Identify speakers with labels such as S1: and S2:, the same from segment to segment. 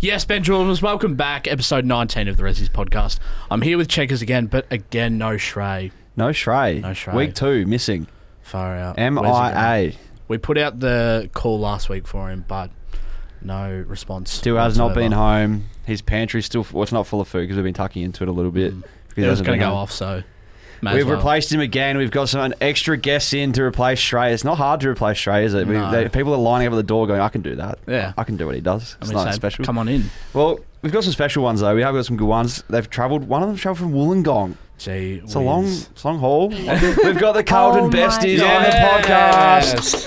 S1: Yes, Ben Jordan's welcome back, episode 19 of the Resi's podcast. I'm here with Checkers again, but again, no Shrey.
S2: No Shrey.
S1: No Shrey.
S2: Week two, missing.
S1: Far out. Where's he
S2: MIA.
S1: going? We put out the call last week for him, but no response.
S2: Still has not been
S1: whatsoever.
S2: home. His pantry's still, well, it's not full of food because we've been tucking into it a little bit. because he
S1: Mm. It was
S2: hasn't
S1: going
S2: been
S1: to go
S2: home.
S1: off, so. may as
S2: We've
S1: well.
S2: replaced him again. We've got some extra guests in to replace Shrey. It's not hard to replace Shrey, is it? We-
S1: No.
S2: they- people are lining up at the door going, I can do that.
S1: Yeah.
S2: I can do what he does.
S1: And
S2: It's
S1: we
S2: not
S1: said,
S2: special.
S1: Come on in.
S2: Well, we've got some special ones, though. We have got some good ones. They've travelled, one of them travelled from Wollongong.
S1: Gee,
S2: It's a long,
S1: whiz.
S2: it's a long haul. we've got the Carlton
S3: Oh my
S2: besties on the podcast.
S1: Yes.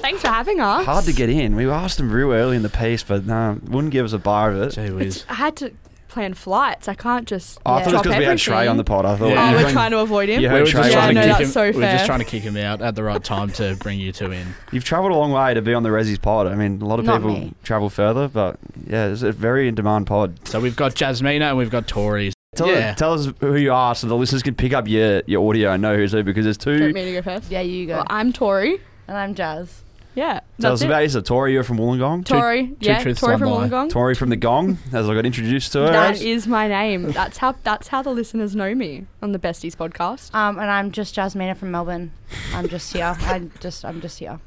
S3: Thanks for having us.
S2: Hard to get in. We asked them real early in the piece, but no, wouldn't give us a bar of it.
S1: Gee whiz.
S3: It's, I had to plan flights. I can't just.
S2: Oh, I
S3: yeah.
S2: thought it was because we had Trey on the pod. I thought
S1: Yeah.
S3: Oh,
S2: you
S3: we're
S2: bring-
S3: trying to avoid him.
S2: you
S1: We
S2: heard
S1: were
S2: Trey
S1: just
S3: Yeah,
S2: was
S1: trying
S3: no,
S1: to
S2: like,
S1: kick
S3: that's
S1: him.
S3: so
S1: We were just
S3: fair.
S1: trying to kick him out at the right time to bring you two in.
S2: You've travelled a long way to be on the Resi's pod. I mean, a lot of
S3: Not
S2: people
S3: me.
S2: travel further, but yeah, it's a very in demand pod.
S1: So we've got Jasmina and we've got Tories.
S2: Tell,
S1: Yeah.
S2: tell us who you are so the listeners can pick up your, your audio and know who's who because there's
S3: Do you
S2: two.
S3: want me to go first?
S4: Yeah, you go.
S3: Well, I'm Tori.
S4: and I'm Jazz.
S3: Yeah.
S2: Tell us
S3: that's it.
S2: about yourself. Tori, you're from Wollongong.
S3: Tori. yeah.
S1: truths,
S3: Tori
S1: one
S3: from
S1: lie.
S3: Wollongong.
S2: Tori from the Gong, as I got introduced to her.
S3: That is my name. That's how. That's how the listeners know me on the Besties podcast.
S4: Um, and I'm just Jasmina from Melbourne. I'm just here. I'm just I'm just here.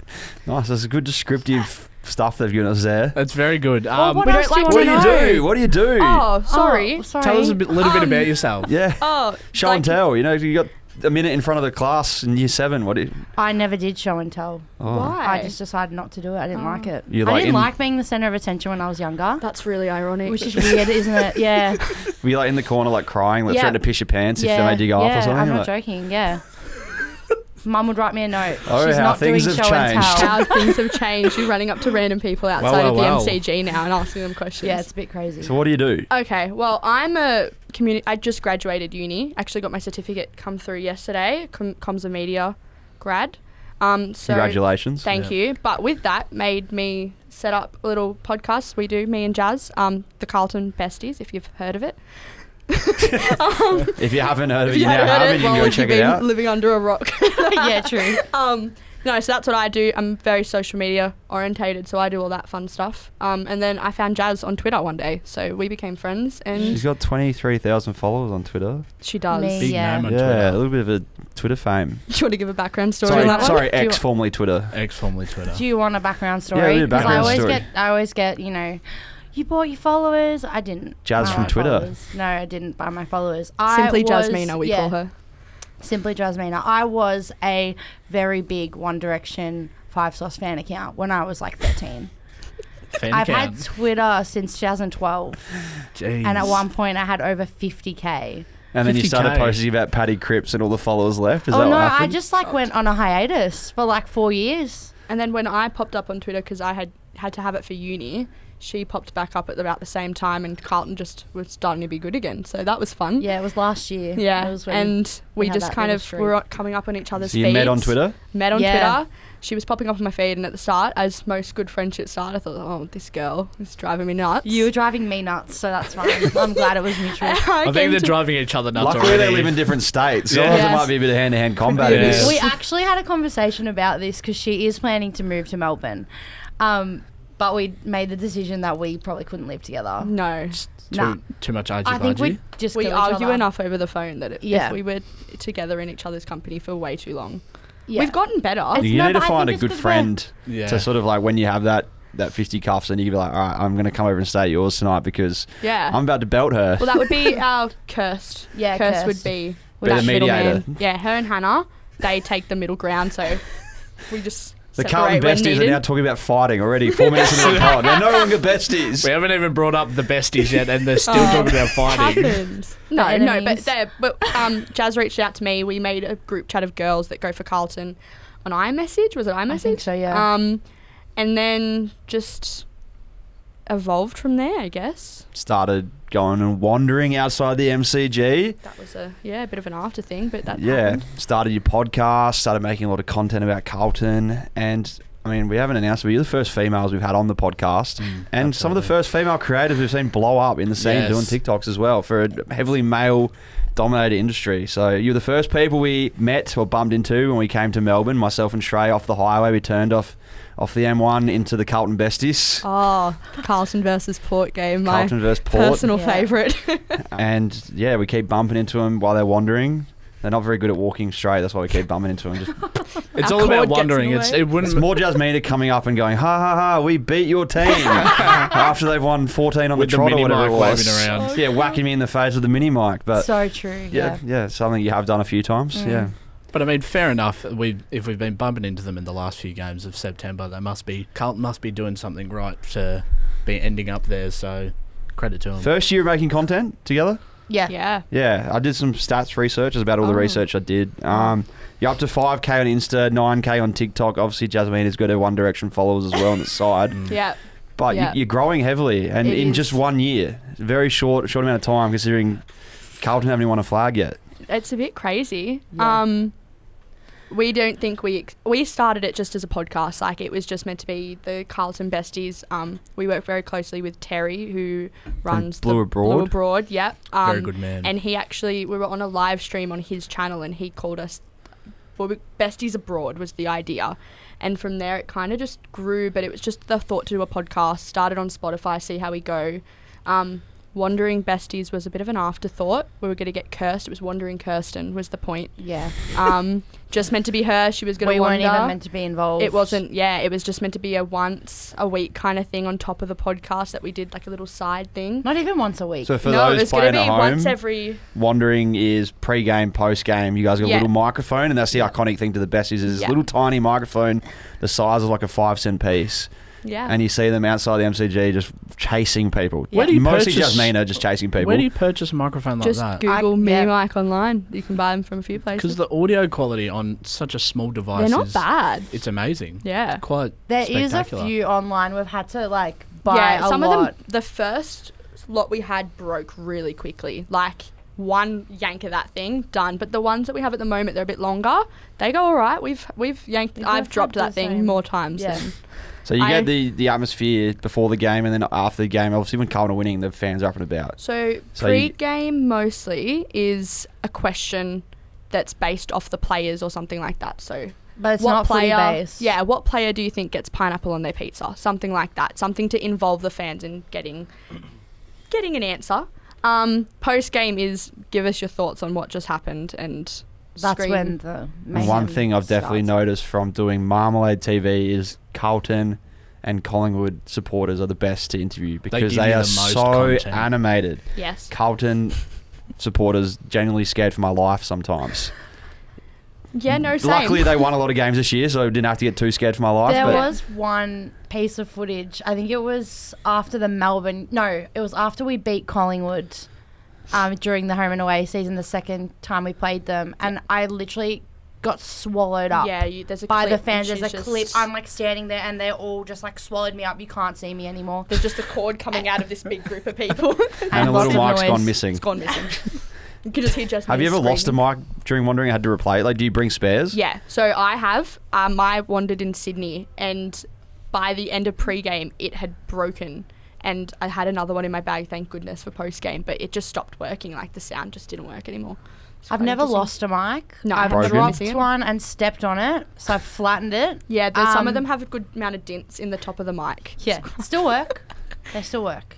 S2: nice. That's good descriptive stuff they've given us there.
S1: That's very good.
S4: Well,
S1: Um,
S4: what
S3: we don't
S4: else do you
S3: like
S4: want
S2: What
S3: to
S2: do you
S4: to know?
S2: do? What do you do?
S3: Oh, sorry.
S4: Oh, sorry.
S1: tell us a bit, little bit
S3: Um,
S1: about yourself.
S2: Yeah.
S3: Oh,
S2: Show and
S3: like-
S2: tell. You know, you got a minute in front of the class in year seven. What do you?
S4: I never did show and tell.
S2: Oh.
S3: Why?
S4: I just decided not to do it. I didn't
S3: Oh.
S4: like it.
S2: You
S4: I
S2: like
S4: didn't
S2: in-
S4: like being the center of attention when I was younger,
S3: that's really ironic.
S4: which is weird, isn't it? Yeah.
S2: Were you like in the corner, like crying, like
S4: Yeah.
S2: threatening to piss your pants
S4: yeah.
S2: if they made you go
S4: yeah.
S2: off or something?
S4: I'm
S2: like-
S4: not joking. Yeah. Mum would write me a note.
S2: Oh,
S4: She's
S2: how
S4: not doing
S2: things
S4: show
S2: have
S4: and
S2: changed.
S4: tell.
S3: how things have changed. You're running up to random people outside
S1: Wow, wow, wow.
S3: of the MCG now and asking them questions.
S4: yeah, it's a bit crazy.
S2: So what do you do?
S3: Okay, well, I'm a community. I just graduated uni. Actually, got my certificate come through yesterday. Com- comms and media grad. Um, so
S2: Congratulations.
S3: Thank
S1: Yeah.
S3: you. But with that, made me set up a little podcast we do, me and Jazz, um, the Carlton Besties, if you've heard of it. um,
S2: If you haven't heard of it,
S3: if
S2: you
S3: you
S2: now
S3: haven't heard
S2: have,
S3: it,
S2: and you can
S3: well,
S2: go
S3: if
S2: check
S3: you've
S2: it
S3: been
S2: out.
S3: Living under a rock.
S4: yeah, true.
S3: Um, no, so that's what I do. I'm very social media orientated, so I do all that fun stuff. Um, and then I found Jazz on Twitter one day, so we became friends,
S2: She's
S3: and
S2: got twenty three thousand followers on Twitter.
S3: she does.
S4: Me.
S1: Big
S4: Yeah.
S1: name on
S2: yeah, a
S1: Twitter.
S2: little bit of a Twitter fame.
S3: Do you want to give a background story
S2: sorry,
S3: on that
S2: sorry,
S3: one? Do you
S2: X formerly Twitter.
S1: Ex formerly Twitter.
S4: Do you want a background
S2: we
S4: story?
S2: need a
S4: 'Cause
S2: background
S4: I always
S2: story.
S4: get, I always get, you know, you bought your followers. I didn't.
S2: Jazz
S4: buy
S2: from
S4: my
S2: Twitter.
S4: followers. No, I didn't buy my followers. I
S3: Simply
S4: was,
S3: Jasmina, we
S4: yeah,
S3: call her.
S4: Simply Jasmina. I was a very big One Direction Five Sauce fan account when I was like 13.
S1: Fan
S4: I've
S1: count.
S4: had Twitter since 2012,
S1: Jeez.
S4: and at one point I had over 50k.
S2: And then you
S1: 50K.
S2: started posting about Paddy Cripps and all the followers left. Is
S4: oh
S2: that
S4: no,
S2: what
S4: I
S2: happened?
S4: just like went on a hiatus for like four years.
S3: And then when I popped up on Twitter because I had had to have it for uni, she popped back up at about the same time, and Carlton just was starting to be good again. So that was fun.
S4: Yeah, it was last year.
S3: Yeah,
S4: it was when
S3: and
S4: we
S3: we
S4: had
S3: just
S4: that
S3: kind
S4: little
S3: of
S4: streak.
S3: were on- coming up on each other's
S2: so you
S3: feeds.
S2: met on Twitter.
S3: Met on
S4: Yeah.
S3: Twitter. She was popping up on my feed, and at the start, as most good friendships start, I thought, oh, this girl is driving me nuts.
S4: You were driving me nuts, so that's fine. I'm glad it was mutual.
S3: I,
S1: I
S3: came
S1: think they're
S3: to-
S1: driving each other nuts
S2: Luckily,
S1: already.
S2: they live in different states. so
S1: Yeah.
S2: Sometimes it
S4: Yes.
S2: might be a bit of hand to hand combat. in
S1: Yeah.
S2: this.
S4: We actually had a conversation about this because she is planning to move to Melbourne, um, but we made the decision that we probably couldn't live together.
S3: No,
S1: It's too,
S4: Nah.
S1: too much argy
S4: I think we
S1: bargy.
S4: just
S3: Mm. we
S4: kill each
S3: argue
S4: other.
S3: enough over the phone that it,
S4: Yeah.
S3: if we were together in each other's company for way too long,
S4: Yeah.
S3: we've gotten better.
S2: You
S4: No,
S2: need to
S4: but I
S2: find a
S4: think
S2: good
S4: it's 'cause we're-
S2: friend
S1: Yeah.
S2: to sort of like when you have that that fifty cuffs, and you can be like, all right, I'm going to come over and stay at yours tonight because
S3: yeah.
S2: I'm about to belt her.
S3: Uh, Well, that would be our cursed.
S4: Yeah,
S3: cursed, would
S4: cursed.
S3: be
S2: Be the
S3: that
S2: mediator.
S3: middleman. Yeah, her and Hannah, they take the middle ground, so we just
S2: the
S3: separate
S2: Carlton
S3: when
S2: besties are
S3: needed.
S2: now talking about fighting already. Four minutes into the pod, they're no longer besties.
S1: We haven't even brought up the besties yet, and they're still
S3: Oh.
S1: talking about fighting.
S3: Happens. No,
S4: The
S3: no, but
S4: enemies.
S3: there. But um, Jazz reached out to me. We made a group chat of girls that go for Carlton on iMessage. Was it iMessage?
S4: think so, yeah.
S3: Um, and then just evolved from there, I guess.
S2: Started going and wandering outside the MCG.
S3: That was a yeah, a bit of an after thing, but that
S2: Yeah,
S3: happened.
S2: started your podcast, started making a lot of content about Carlton, and I mean, we haven't announced, but you're the first females we've had on the podcast, and some of the first female creators we've seen blow up in the scene
S1: Yes.
S2: doing TikToks as well for a heavily male-dominated industry. So you're the first people we met or bumped into when we came to Melbourne. Myself and Shrey off the highway, we turned off off the M1 into the Carlton Besties.
S3: Oh, the Carlton versus Port game, my
S2: Carlton versus Port,
S3: personal
S4: Yeah.
S3: favourite.
S2: and yeah, we keep bumping into them while they're wandering. They're not very good at walking straight. That's why we keep bumping into them. Just
S1: It's
S3: Our
S1: all
S3: cord
S1: about
S3: gets
S1: wondering.
S3: in the
S1: It's
S3: way.
S1: it wouldn't.
S2: It's more Jasmina coming up and going, ha ha ha, we beat your team after they've won 14 on
S1: With
S2: the
S1: the
S2: trot or
S1: mini
S2: whatever it
S1: mic
S2: was.
S1: waving around.
S3: Oh,
S2: yeah,
S3: God.
S2: whacking me in the face with the mini mic. But
S4: so true.
S2: yeah,
S4: Yeah.
S2: yeah, something you have done a few times.
S4: Mm.
S2: Yeah.
S1: But I mean, fair enough. We if we've been bumping into them in the last few games of September, they must be Carlton must be doing something right to be ending up there. So credit to them.
S2: First year of making content together?
S4: Yeah.
S3: yeah.
S2: Yeah, I did some stats research. It's about all the
S3: Oh.
S2: research I did. Um, you're up to 5K on Insta, 9K on TikTok. Obviously, Jasmina's got her One Direction followers as well on the side.
S1: Mm.
S3: Yeah.
S2: But
S3: Yeah.
S2: you, you're growing heavily, and
S3: It
S2: in
S3: is.
S2: just one year, very short short amount of time, considering Carlton haven't even won a flag yet.
S3: It's a bit crazy.
S4: Yeah.
S3: Um we don't think we ex- we started it just as a podcast like it was just meant to be the Carlton besties um we work very closely with Terry who runs
S2: Blue
S3: the Blue
S2: Abroad?
S3: Abroad yeah um,
S1: Very good man.
S3: and he actually we were on a live stream on his channel and he called us well we, besties abroad was the idea and from there it kind of just grew but it was just the thought to do a podcast started on spotify see how we go um, wandering besties was a bit of an afterthought we were going to get cursed it was wandering kirsten was the point
S4: Yeah.
S3: um, just meant to be her she was going
S4: We
S3: to wander
S4: weren't even meant to be involved.
S3: it wasn't yeah it was just meant to be a once a week kind of thing on top of the podcast that we did like a little side thing
S4: Not even once a week.
S2: So for
S3: no it
S2: those
S3: was
S2: playing
S3: going to
S2: at
S3: be once
S2: home,
S3: every
S2: wandering is pre-game, post-game. You guys got a
S3: Yeah.
S2: little microphone, and that's the iconic thing to the best is this
S3: Yeah.
S2: little tiny microphone, the size of like a five cent piece,
S3: yeah
S2: and you see them outside the MCG just chasing people.
S1: Where do you
S2: Mostly
S1: purchase-
S2: Jasmina just chasing people.
S1: Where do you purchase a microphone like
S3: just
S1: that?
S3: Google
S4: I-
S3: mini
S4: yeah.
S3: mic online. You can buy them from a few
S1: Because
S3: places.
S1: the audio quality on such a small device
S3: They're not
S1: is
S3: bad.
S1: it's amazing.
S3: Yeah.
S1: Quite
S4: There is a
S1: spectacular.
S4: few online we've had to like buy a
S3: some
S4: lot.
S3: of them. The first lot we had broke really quickly. Like one yank of that thing done. But the ones that we have at the moment, they're a bit longer. They go all right. We've we've yanked.
S4: We've
S3: I've
S4: had
S3: dropped
S4: the
S3: that thing
S4: same-
S3: more times
S4: Yeah.
S3: than
S2: so you
S3: I-
S2: get the, the atmosphere before the game, and then after the game, obviously when Carlton are winning, the fans are up and about.
S3: So,
S2: So you-
S3: pre-game mostly is a question that's based off the players or something like that. So
S4: But it's not footy based.
S3: Yeah, what player do you think gets pineapple on their pizza? Something like that. Something to involve the fans in getting getting an answer. Um, Post game is give us your thoughts on what just happened and
S4: That's
S3: scream.
S4: when the
S2: And one
S4: mayhem
S2: thing I've definitely
S4: starts.
S2: noticed from doing Marmalade TV is Carlton and Collingwood supporters are the best to interview because
S1: give
S2: they
S1: you
S2: are
S1: the most
S2: so
S1: content.
S2: animated.
S3: yes.
S2: Carlton supporters genuinely scared for my life sometimes.
S3: Yeah, no same.
S2: Luckily, they won a lot of games this year, so I didn't have to get too scared for my life.
S4: There
S2: but
S4: was one piece of footage. I think it was after the Melbourne. No, it was after we beat Collingwood um, during the home and away season, the second time we played them, and I literally got swallowed up.
S3: yeah, you, there's a
S4: By
S3: clip
S4: the fans,
S3: and
S4: there's a
S3: she's
S4: clip.
S3: just-
S4: I'm like standing there, and they're all just like swallowed me up. You can't see me anymore.
S3: there's just a cord coming out of this big group of people.
S2: and a little mic's
S4: lots of
S2: gone
S4: noise.
S2: missing.
S3: it's gone missing. you can just hear Jasmine.
S2: Have you ever lost a
S3: scream.
S2: mic during wandering? and Had to replay it. Like, do you bring spares?
S3: Yeah. So I have. Um, I wandered in Sydney, and by the end of pre-game, it had broken, and I had another one in my bag. Thank goodness for post-game, but it just stopped working. Like the sound just didn't work anymore. It's
S4: I've
S3: quite
S4: never
S3: interesting.
S4: lost a mic.
S3: No,
S4: I've
S2: Broken.
S4: dropped
S3: missing it.
S4: one and stepped on it, so I've flattened it.
S3: Yeah, there's some
S4: Um,
S3: of them have a good amount of dents in the top of the mic.
S4: Yeah, still work. They still work.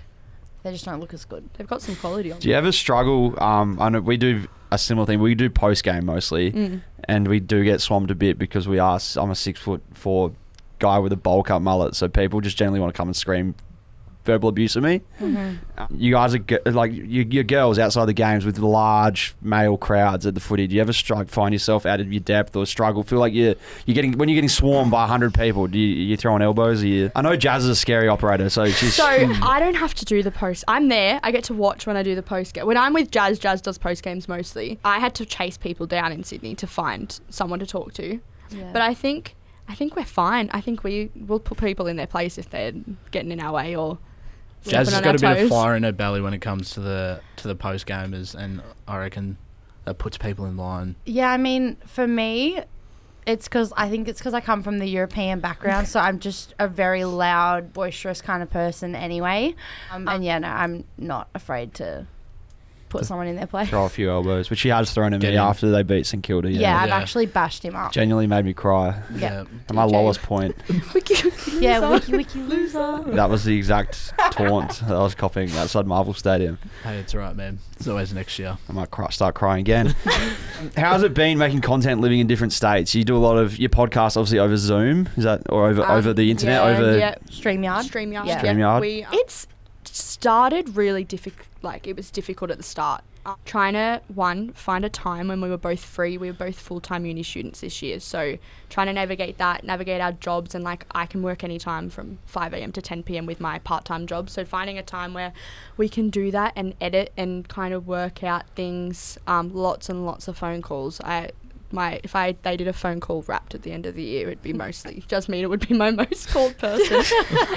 S4: They just don't look as good.
S3: They've got some quality on.
S2: Do you ever struggle? Um, I know we do a similar thing. We do post game mostly, and we do get swamped a bit because we are. s- I'm a six foot four guy with a bowl cut mullet, so people just generally want to come and scream verbal abuse at me. Uh, You guys are g- like you, your girls outside the games with large male crowds at the footy. Do you ever struggle, find yourself out of your depth or struggle? Feel like you're you're getting when you're getting swarmed by hundred people. Do you you throwing elbows? Or you, I know Jazz is a scary operator, so she's
S3: So I don't have to do the post. I'm there. I get to watch when I do the post game. When I'm with Jazz, Jazz does post games mostly. I had to chase people down in Sydney to find someone to talk to.
S4: Yeah.
S3: But I think I think we're fine. I think we will put people in their place if they're getting in our way or.
S1: Jazz
S3: stepping
S1: has
S3: on
S1: got
S3: our
S1: a bit of
S3: toes.
S1: fire in her belly when it comes to the to the post gamers, and I reckon that puts people in line.
S4: Yeah, I mean, for me, It's because I think it's because I come from the European background, so I'm just a very loud, boisterous kind of person anyway. Um, and yeah, no, I'm not afraid to put someone in their place.
S2: Throw a few elbows, which he has thrown at me
S1: Get in.
S2: after they beat St Kilda.
S4: Yeah,
S2: Yeah.
S4: I've
S1: Yeah.
S4: actually bashed him up.
S2: Genuinely made me cry.
S4: Yeah.
S2: At my
S3: DJ.
S2: lowest point,
S4: Yeah, wiki wiki loser.
S2: that was the exact taunt that I was copying outside Marvel Stadium.
S1: Hey, it's all right, man. It's always next year.
S2: I might cry, start crying again. How's it been making content, living in different states? You do a lot of your podcast, obviously over Zoom, is that or over
S3: Um,
S2: over the internet,
S3: yeah,
S2: over
S3: yeah.
S4: Streamyard.
S3: StreamYard.
S4: Yeah. uh,
S2: StreamYard.
S3: We, it's started really difficult. Like it was difficult at the start. Uh, trying to one find a time when we were both free. We were both full time uni students this year, so trying to navigate that, navigate our jobs, and like I can work anytime from 5 a.m. to 10 p.m. with my part time job. So finding a time where we can do that and edit and kind of work out things. Um, lots and lots of phone calls. I my if I they did a phone call wrapped at the end of the year, it'd be mostly Jasmina would be my most called person.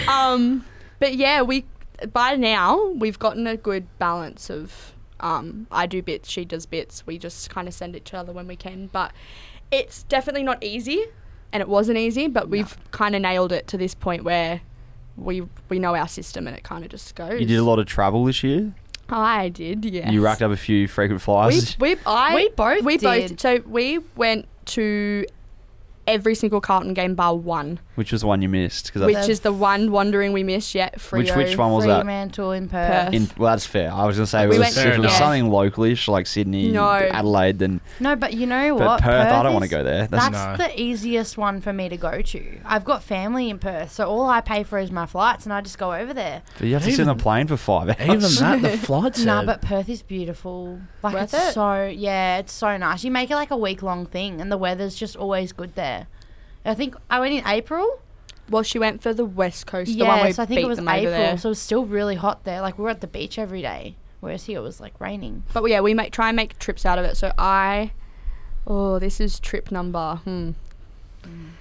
S3: um, but yeah, we by now we've gotten a good balance of um, I do bits, she does bits. We just kind of send each other when we can, but it's definitely not easy, and it wasn't easy. But we've kind of nailed it to this point where we we know our system, and it kind of just goes.
S2: You did a lot of travel this year.
S3: I did, yeah.
S2: You racked up a few frequent flyers.
S3: We, we, I,
S4: We both
S3: we
S4: did.
S3: both. So we went to every single Carlton game bar one,
S2: Which was the one you missed? Because
S3: which
S4: That's-
S3: is the one wandering we missed yet. Frio.
S2: which which one was that?
S4: Fremantle in Perth.
S3: Perth.
S2: In, well, that's fair. I was gonna say
S3: We
S2: it was,
S3: went-
S2: if it was
S1: Fair
S2: something localish like Sydney,
S3: No.
S2: Adelaide, then
S4: No, but you know
S2: but
S4: what?
S2: Perth, I don't want to
S4: is-
S2: go there. That's,
S4: That's
S1: No.
S4: the easiest one for me to go to. I've got family in Perth, so all I pay for is my flights, and I just go over there.
S2: but you have to sit on a
S1: Even-
S2: plane for five hours.
S1: Even that, the flights
S4: No,
S1: are-
S4: but Perth is beautiful. Like
S3: Worth
S4: it's
S3: it?
S4: so yeah, it's so nice. You make it like a week long thing, and the weather's just always good there. I think I went in April.
S3: Well, she went for the West Coast. the one
S4: yeah,
S3: we
S4: so I think
S3: beat
S4: it was
S3: them over
S4: April,
S3: there.
S4: so it was still really hot there. Like we were at the beach every day, whereas here it was like raining.
S3: But yeah, we make try and make trips out of it. So I, oh, this is trip number. Hmm.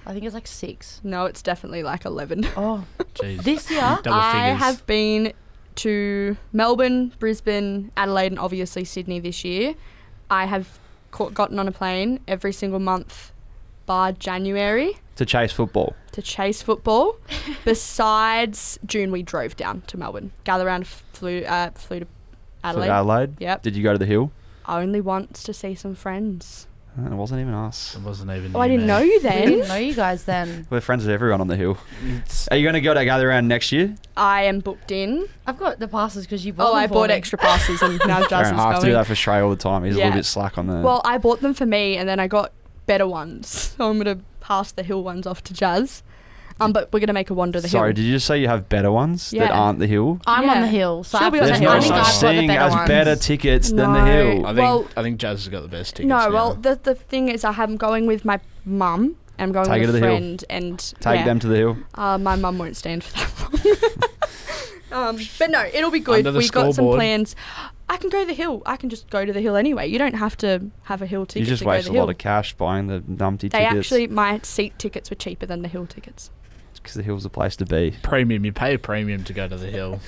S4: I think it's like six.
S3: No, it's definitely like eleven.
S4: Oh,
S1: Jeez.
S4: this year
S1: double
S3: I
S1: figures.
S3: have been to Melbourne, Brisbane, Adelaide, and obviously Sydney this year. I have caught, gotten on a plane every single month, bar January,
S2: to chase football.
S3: to chase football. Besides June, we drove down to Melbourne, gather around, flew, uh, flew to Adelaide.
S2: Adelaide. Adelaide.
S3: Yep,
S2: Did you go to the hill?
S3: only once to see some friends.
S2: Uh, It wasn't even us.
S1: It wasn't even.
S2: Mm.
S3: Oh, I
S1: you,
S3: didn't know
S1: man.
S3: you
S4: I didn't
S3: then.
S4: know you guys then.
S2: We're friends with everyone on the hill.
S1: It's-
S2: Are you going to go to gather around next year?
S3: I am booked in.
S4: I've got the passes because you bought.
S3: Oh,
S4: them
S3: I
S4: for
S3: bought
S4: me.
S3: extra passes and now Jazz
S2: Aaron,
S3: is
S2: I have to do
S3: going.
S2: that for Shrey all the time. He's a
S3: Yeah.
S2: little bit slack on the.
S3: Well, I bought them for me, and then I got better ones, so I'm gonna pass the hill ones off to Jazz. Um, but we're gonna make a wander the
S2: Sorry,
S3: hill.
S2: did you just say you have better ones that
S3: Yeah.
S2: aren't the hill?
S4: I'm on
S3: Yeah.
S4: the hill, so
S3: She'll
S4: I've
S3: be
S4: got the
S3: on
S2: There's
S1: the
S4: hill.
S1: hill.
S2: no
S4: I think
S1: I've
S2: such
S1: got
S4: I've got the
S2: thing
S4: better
S2: as
S4: ones.
S2: better tickets than the
S3: No.
S1: I
S2: hill.
S1: think
S3: Well-
S1: I think Jazz has got the best tickets.
S3: no,
S1: now.
S3: well, the the thing is, I have I'm going with my mum. and I'm going
S2: Take her to
S3: with
S2: the
S3: a
S2: hill.
S3: friend, and
S2: Take
S3: yeah,
S2: them to the hill.
S3: Uh, my mum won't stand for that long. um, but no, it'll be good.
S1: Under the
S3: We got some
S1: scoreboard.
S3: plans. I can go to the hill. I can just go to the hill anyway. You don't have to have a hill ticket
S2: You just
S3: to go to
S2: waste
S3: the
S2: a
S3: hill.
S2: lot of cash buying the numpty
S3: they
S2: tickets
S3: actually, my seat tickets were cheaper than the hill tickets.
S2: because the hill's the place to be.
S1: premium. You pay a premium to go to the hill,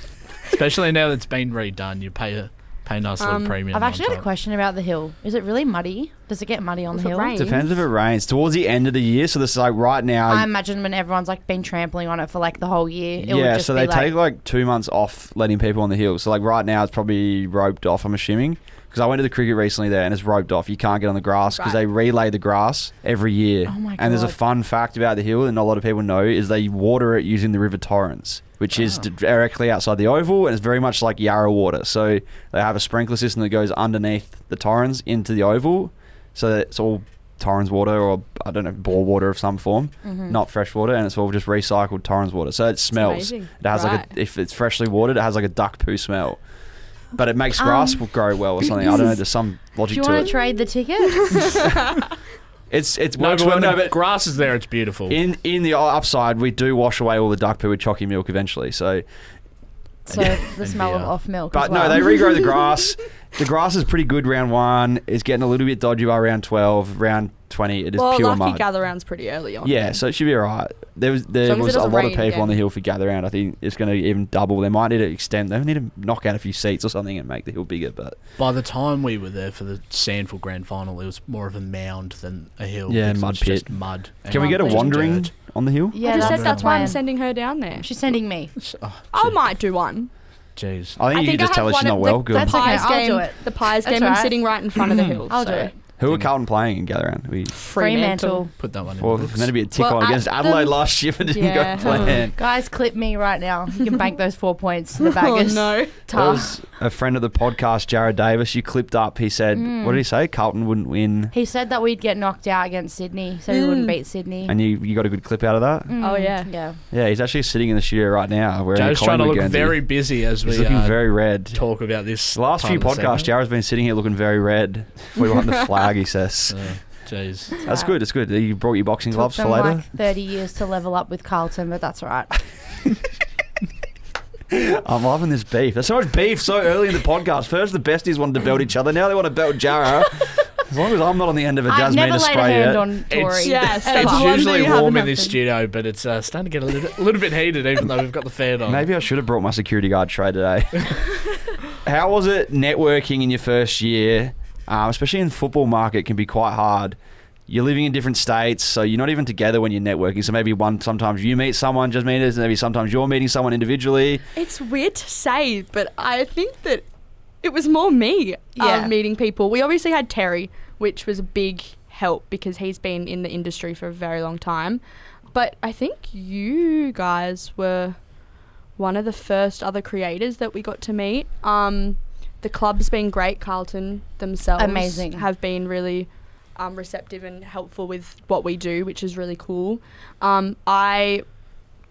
S1: especially now that it's been redone. You pay a pay a nice
S3: Um,
S1: little premium.
S4: I've
S1: on
S4: actually got a
S1: top.
S4: question about the hill. Is it really muddy? Does it get muddy on
S3: If
S4: the
S3: it
S4: hill?
S3: rains-
S2: Depends if it rains. Towards the end of the year, so this is like right now.
S4: I imagine when everyone's like been trampling on it for like the whole year, it would
S2: yeah,
S4: just
S2: so
S4: be
S2: they
S4: like,
S2: take like two months off letting people on the hill. So like right now, it's probably roped off. I'm assuming because I went to the cricket recently there, and it's roped off. You can't get on the grass because
S3: Right.
S2: they relay the grass every year.
S4: Oh my
S2: And there's a
S4: God.
S2: fun fact about the hill, and not a lot of people know, is they water it using the River Torrens, which is
S4: Oh.
S2: d- directly outside the oval, and it's very much like Yarra water. So they have a sprinkler system that goes underneath the Torrens into the oval, so that it's all Torrens water or I don't know bore water of some form,
S4: mm-hmm.
S3: Mm.
S2: not fresh water, and it's all just recycled Torrens water. So it smells. It
S3: amazing.
S2: has like
S3: Right.
S2: a if it's freshly watered, it has like a duck poo smell. But it makes grass
S3: Um,
S2: will grow well or something. I don't know. There's some
S4: Do
S2: logic
S4: you
S2: to
S4: want
S2: it.
S4: to trade the tickets?
S2: it's it's
S1: No,
S2: works
S1: but
S2: well.
S1: when
S2: No,
S1: the
S2: but
S1: grass is there, it's beautiful.
S2: in in the upside, we do wash away all the duck poo with chalky milk eventually. So,
S4: so the smell of
S1: beer.
S4: off milk.
S2: but
S4: as well.
S2: no, they regrow the grass. the grass is pretty good round one. It's getting a little bit dodgy by round twelve. Round twenty. It is
S3: well,
S2: pure
S3: lucky
S2: mud.
S3: gather round's pretty early on.
S2: Yeah, so it should be alright. There was there
S3: As long as
S2: was a
S3: it doesn't
S2: lot of
S3: rain
S2: people on the
S3: again.
S2: hill for gather round. I think it's going to even double. They might need to extend. They need to knock out a few seats or something and make the hill bigger. But
S1: By the time we were there for the Sandford Grand Final, it was more of a mound than a hill.
S2: Yeah,
S1: because
S2: mud
S1: it's just
S2: pit.
S1: Mud. and
S2: can we get a
S1: just
S2: wandering
S1: dirt.
S2: on the hill?
S4: Yeah,
S3: I just
S1: that's
S3: said
S1: the
S3: that's why I'm
S4: plan.
S3: sending her down there.
S4: She's sending me.
S1: Oh,
S3: I might do one.
S1: jeez.
S2: I think you
S3: I
S2: can just
S3: have
S2: tell us she's
S3: one
S2: not
S3: at
S2: well.
S3: the,
S2: Good.
S4: That's okay,
S3: pies
S4: I'll
S3: game.
S4: do it.
S3: The pies
S4: That's
S3: game. I'm
S4: right.
S3: sitting right in front of the hill.
S4: I'll
S3: so.
S4: do it.
S2: Who are Carlton playing in gather round? We
S4: Fremantle.
S1: Put that one in.
S2: well,
S1: the
S2: there's
S1: books.
S2: going to be a tick
S4: Well,
S2: on against
S4: at
S2: Adelaide
S4: the-
S2: last year, but didn't
S3: Yeah. Mm.
S2: go plan.
S4: Guys, clip me right now. You can bank those four points. The baggers.
S3: Oh, no.
S2: That
S4: Tough.
S2: was a friend of the podcast, Jared Davis. You clipped up. He said,
S3: Mm.
S2: "What did he say? Carlton wouldn't win."
S4: He said that we'd get knocked out against Sydney, so we
S3: Mm.
S4: wouldn't beat Sydney.
S2: And you, you got a good clip out of that.
S4: Mm,
S3: Oh, yeah.
S4: Yeah.
S2: Yeah, he's actually sitting in the studio right now wearing
S1: Joe's
S2: a
S1: trying to
S2: Collingwood
S1: look
S2: Guernsey.
S1: very busy as
S2: He's
S1: we
S2: looking
S1: uh,
S2: very red.
S1: talk about this.
S2: The last
S1: part
S2: few
S1: of the
S2: podcasts,
S1: segment.
S2: Jared's been sitting here looking very red. We want the flag, he says.
S1: Uh, Jeez.
S2: That's good. It's good. You brought your boxing
S4: Took
S2: gloves for
S4: them
S2: later.
S4: like 30 years to level up with Carlton, but that's all right.
S2: I'm loving this beef. There's so much beef so early in the podcast. First, the besties wanted to belt each other. Now they want to belt Jarrah. as long as I'm not on the end of a
S4: I've
S2: Jasmine
S4: never laid a
S2: spray
S4: hand
S2: yet.
S4: on Tory.
S1: It's-
S3: Yeah,
S4: It's
S1: It's
S4: Well,
S1: usually warm in
S4: happened.
S1: this studio, but it's uh, starting to get a little, little bit heated, even though we've got the fan on.
S2: Maybe I should have brought my security guard tray today. How was it networking in your first year? Um, especially in the football market, can be quite hard. You're living in different states, so you're not even together when you're networking. So maybe one sometimes you meet someone, just meet us, and maybe sometimes you're meeting someone individually.
S3: It's weird to say, but I think that it was more me
S4: Yeah.
S3: um, meeting people. We obviously had Terry, which was a big help because he's been in the industry for a very long time. But I think you guys were one of the first other creators that we got to meet. Um, the club's been great. Carlton themselves
S4: Amazing.
S3: have been really um, receptive and helpful with what we do, which is really cool. Um, I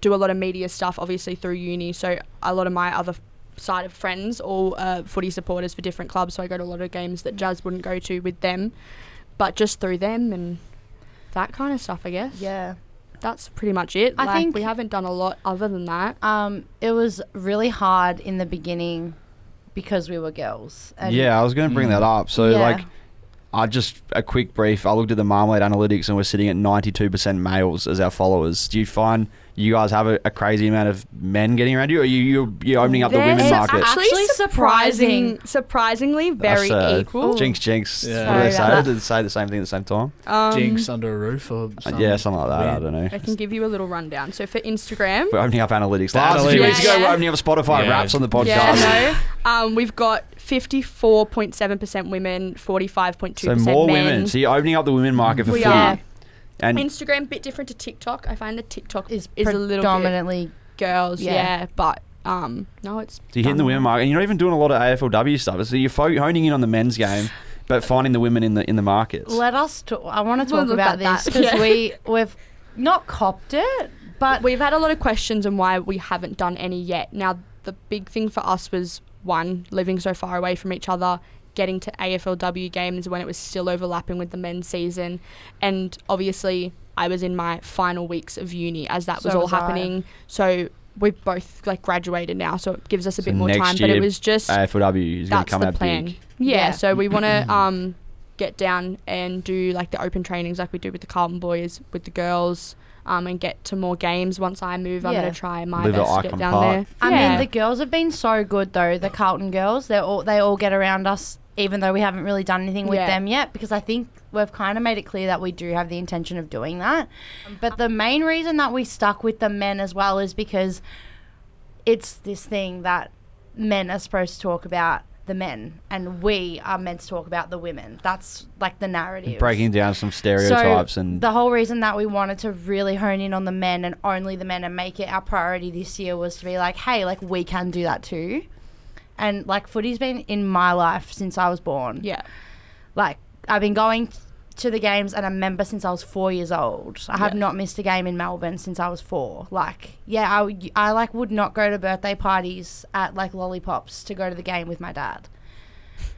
S3: do a lot of media stuff, obviously through uni. So a lot of my other f- side of friends, all uh, footy supporters for different clubs. So I go to a lot of games that Jazz wouldn't go to with them, but just through them and that kind of stuff, I guess.
S4: Yeah.
S3: that's pretty much it.
S4: I
S3: like,
S4: think-
S3: we haven't done a lot other than that.
S4: Um, it was really hard in the beginning because we were girls.
S2: yeah, I was going to bring
S1: Mm.
S2: that up. So
S4: Yeah.
S2: like, I just a quick brief. I looked at the Marmalade analytics, and we're sitting at 92% males as our followers. Do you find you guys have a, a crazy amount of men getting around you, or are you you you're opening up the
S3: There's
S2: women market?
S3: Actually,
S4: Actually
S3: surprising, surprisingly very
S2: That's, uh,
S3: equal.
S2: Jinx, jinx.
S1: Yeah.
S2: What do they say?
S4: Sorry about
S2: Did they say the same thing at the same time?
S3: Um,
S1: Jinx under a roof or something.
S2: uh, yeah, something like that. I
S1: weird.
S2: don't know.
S3: I can give you a little rundown. So for Instagram,
S2: We're opening up analytics.
S1: The
S2: Last few
S1: analytics.
S2: weeks ago,
S3: Yeah,
S2: we we're
S3: yeah.
S2: opening up Spotify
S1: Yeah.
S2: raps on the podcast.
S3: Yeah, no. Um, we've got fifty-four point seven percent women, forty-five point two
S2: So
S3: percent
S2: more
S3: men.
S2: women. So you're opening up the women market for
S3: We
S2: footy.
S3: are.
S2: And
S3: Instagram bit different to TikTok. I find that TikTok
S4: Is,
S3: is, a little bit
S4: predominantly
S3: girls, yeah.
S4: Yeah.
S3: but um, no, it's
S2: So you're hitting the women market, and you're not even doing a lot of AFLW stuff. So you're fo- honing in on the men's game, but finding the women in the in the markets.
S4: Let us talk. I want to
S3: We'll
S4: talk
S3: look
S4: about
S3: at
S4: this
S3: that.
S4: because
S3: Yeah.
S4: we we've not copped it, but
S3: We've had a lot of questions on why we haven't done any yet. Now, the big thing for us was one, living so far away from each other, getting to AFLW games when it was still overlapping with the men's season, and obviously I was in my final weeks of uni as that
S4: So
S3: was all
S4: was I.
S3: happening. So we've both like graduated now, so it gives us a
S2: So
S3: bit more
S2: next
S3: time. But
S2: year,
S3: it was just
S2: AFLW is going to
S3: that's
S2: come
S3: the
S2: out
S3: plan.
S2: big.
S3: Yeah,
S4: Yeah.
S3: so we want to um, get down and do like the open trainings like we do with the Carlton boys, with the girls, um, and get to more games. Once I move, I'm
S4: Yeah.
S3: gonna try my
S2: Live at
S3: best to
S2: Icon
S3: get down
S2: Park.
S3: there.
S4: I
S3: Yeah.
S4: mean the girls have been so good though. The Carlton girls, they all they all get around us, even though we haven't really done anything with
S3: Yeah.
S4: them yet. Because I think we've kind of made it clear that we do have the intention of doing that. But the main reason that we stuck with the men as well is because it's this thing that men are supposed to talk about the men, and we are meant to talk about the women. That's like the narrative.
S2: Breaking down some stereotypes and
S4: the whole reason that we wanted to really hone in on the men and only the men and make it our priority this year was to be like, hey, like we can do that too. And like footy's been in my life since I was born.
S3: yeah,
S4: Like I've been going to the games and a member since I was four years old. I have
S3: Yeah.
S4: not missed a game in Melbourne since I was four. Like yeah, I, would- I like would not go to birthday parties at like lollipops to go to the game with my dad.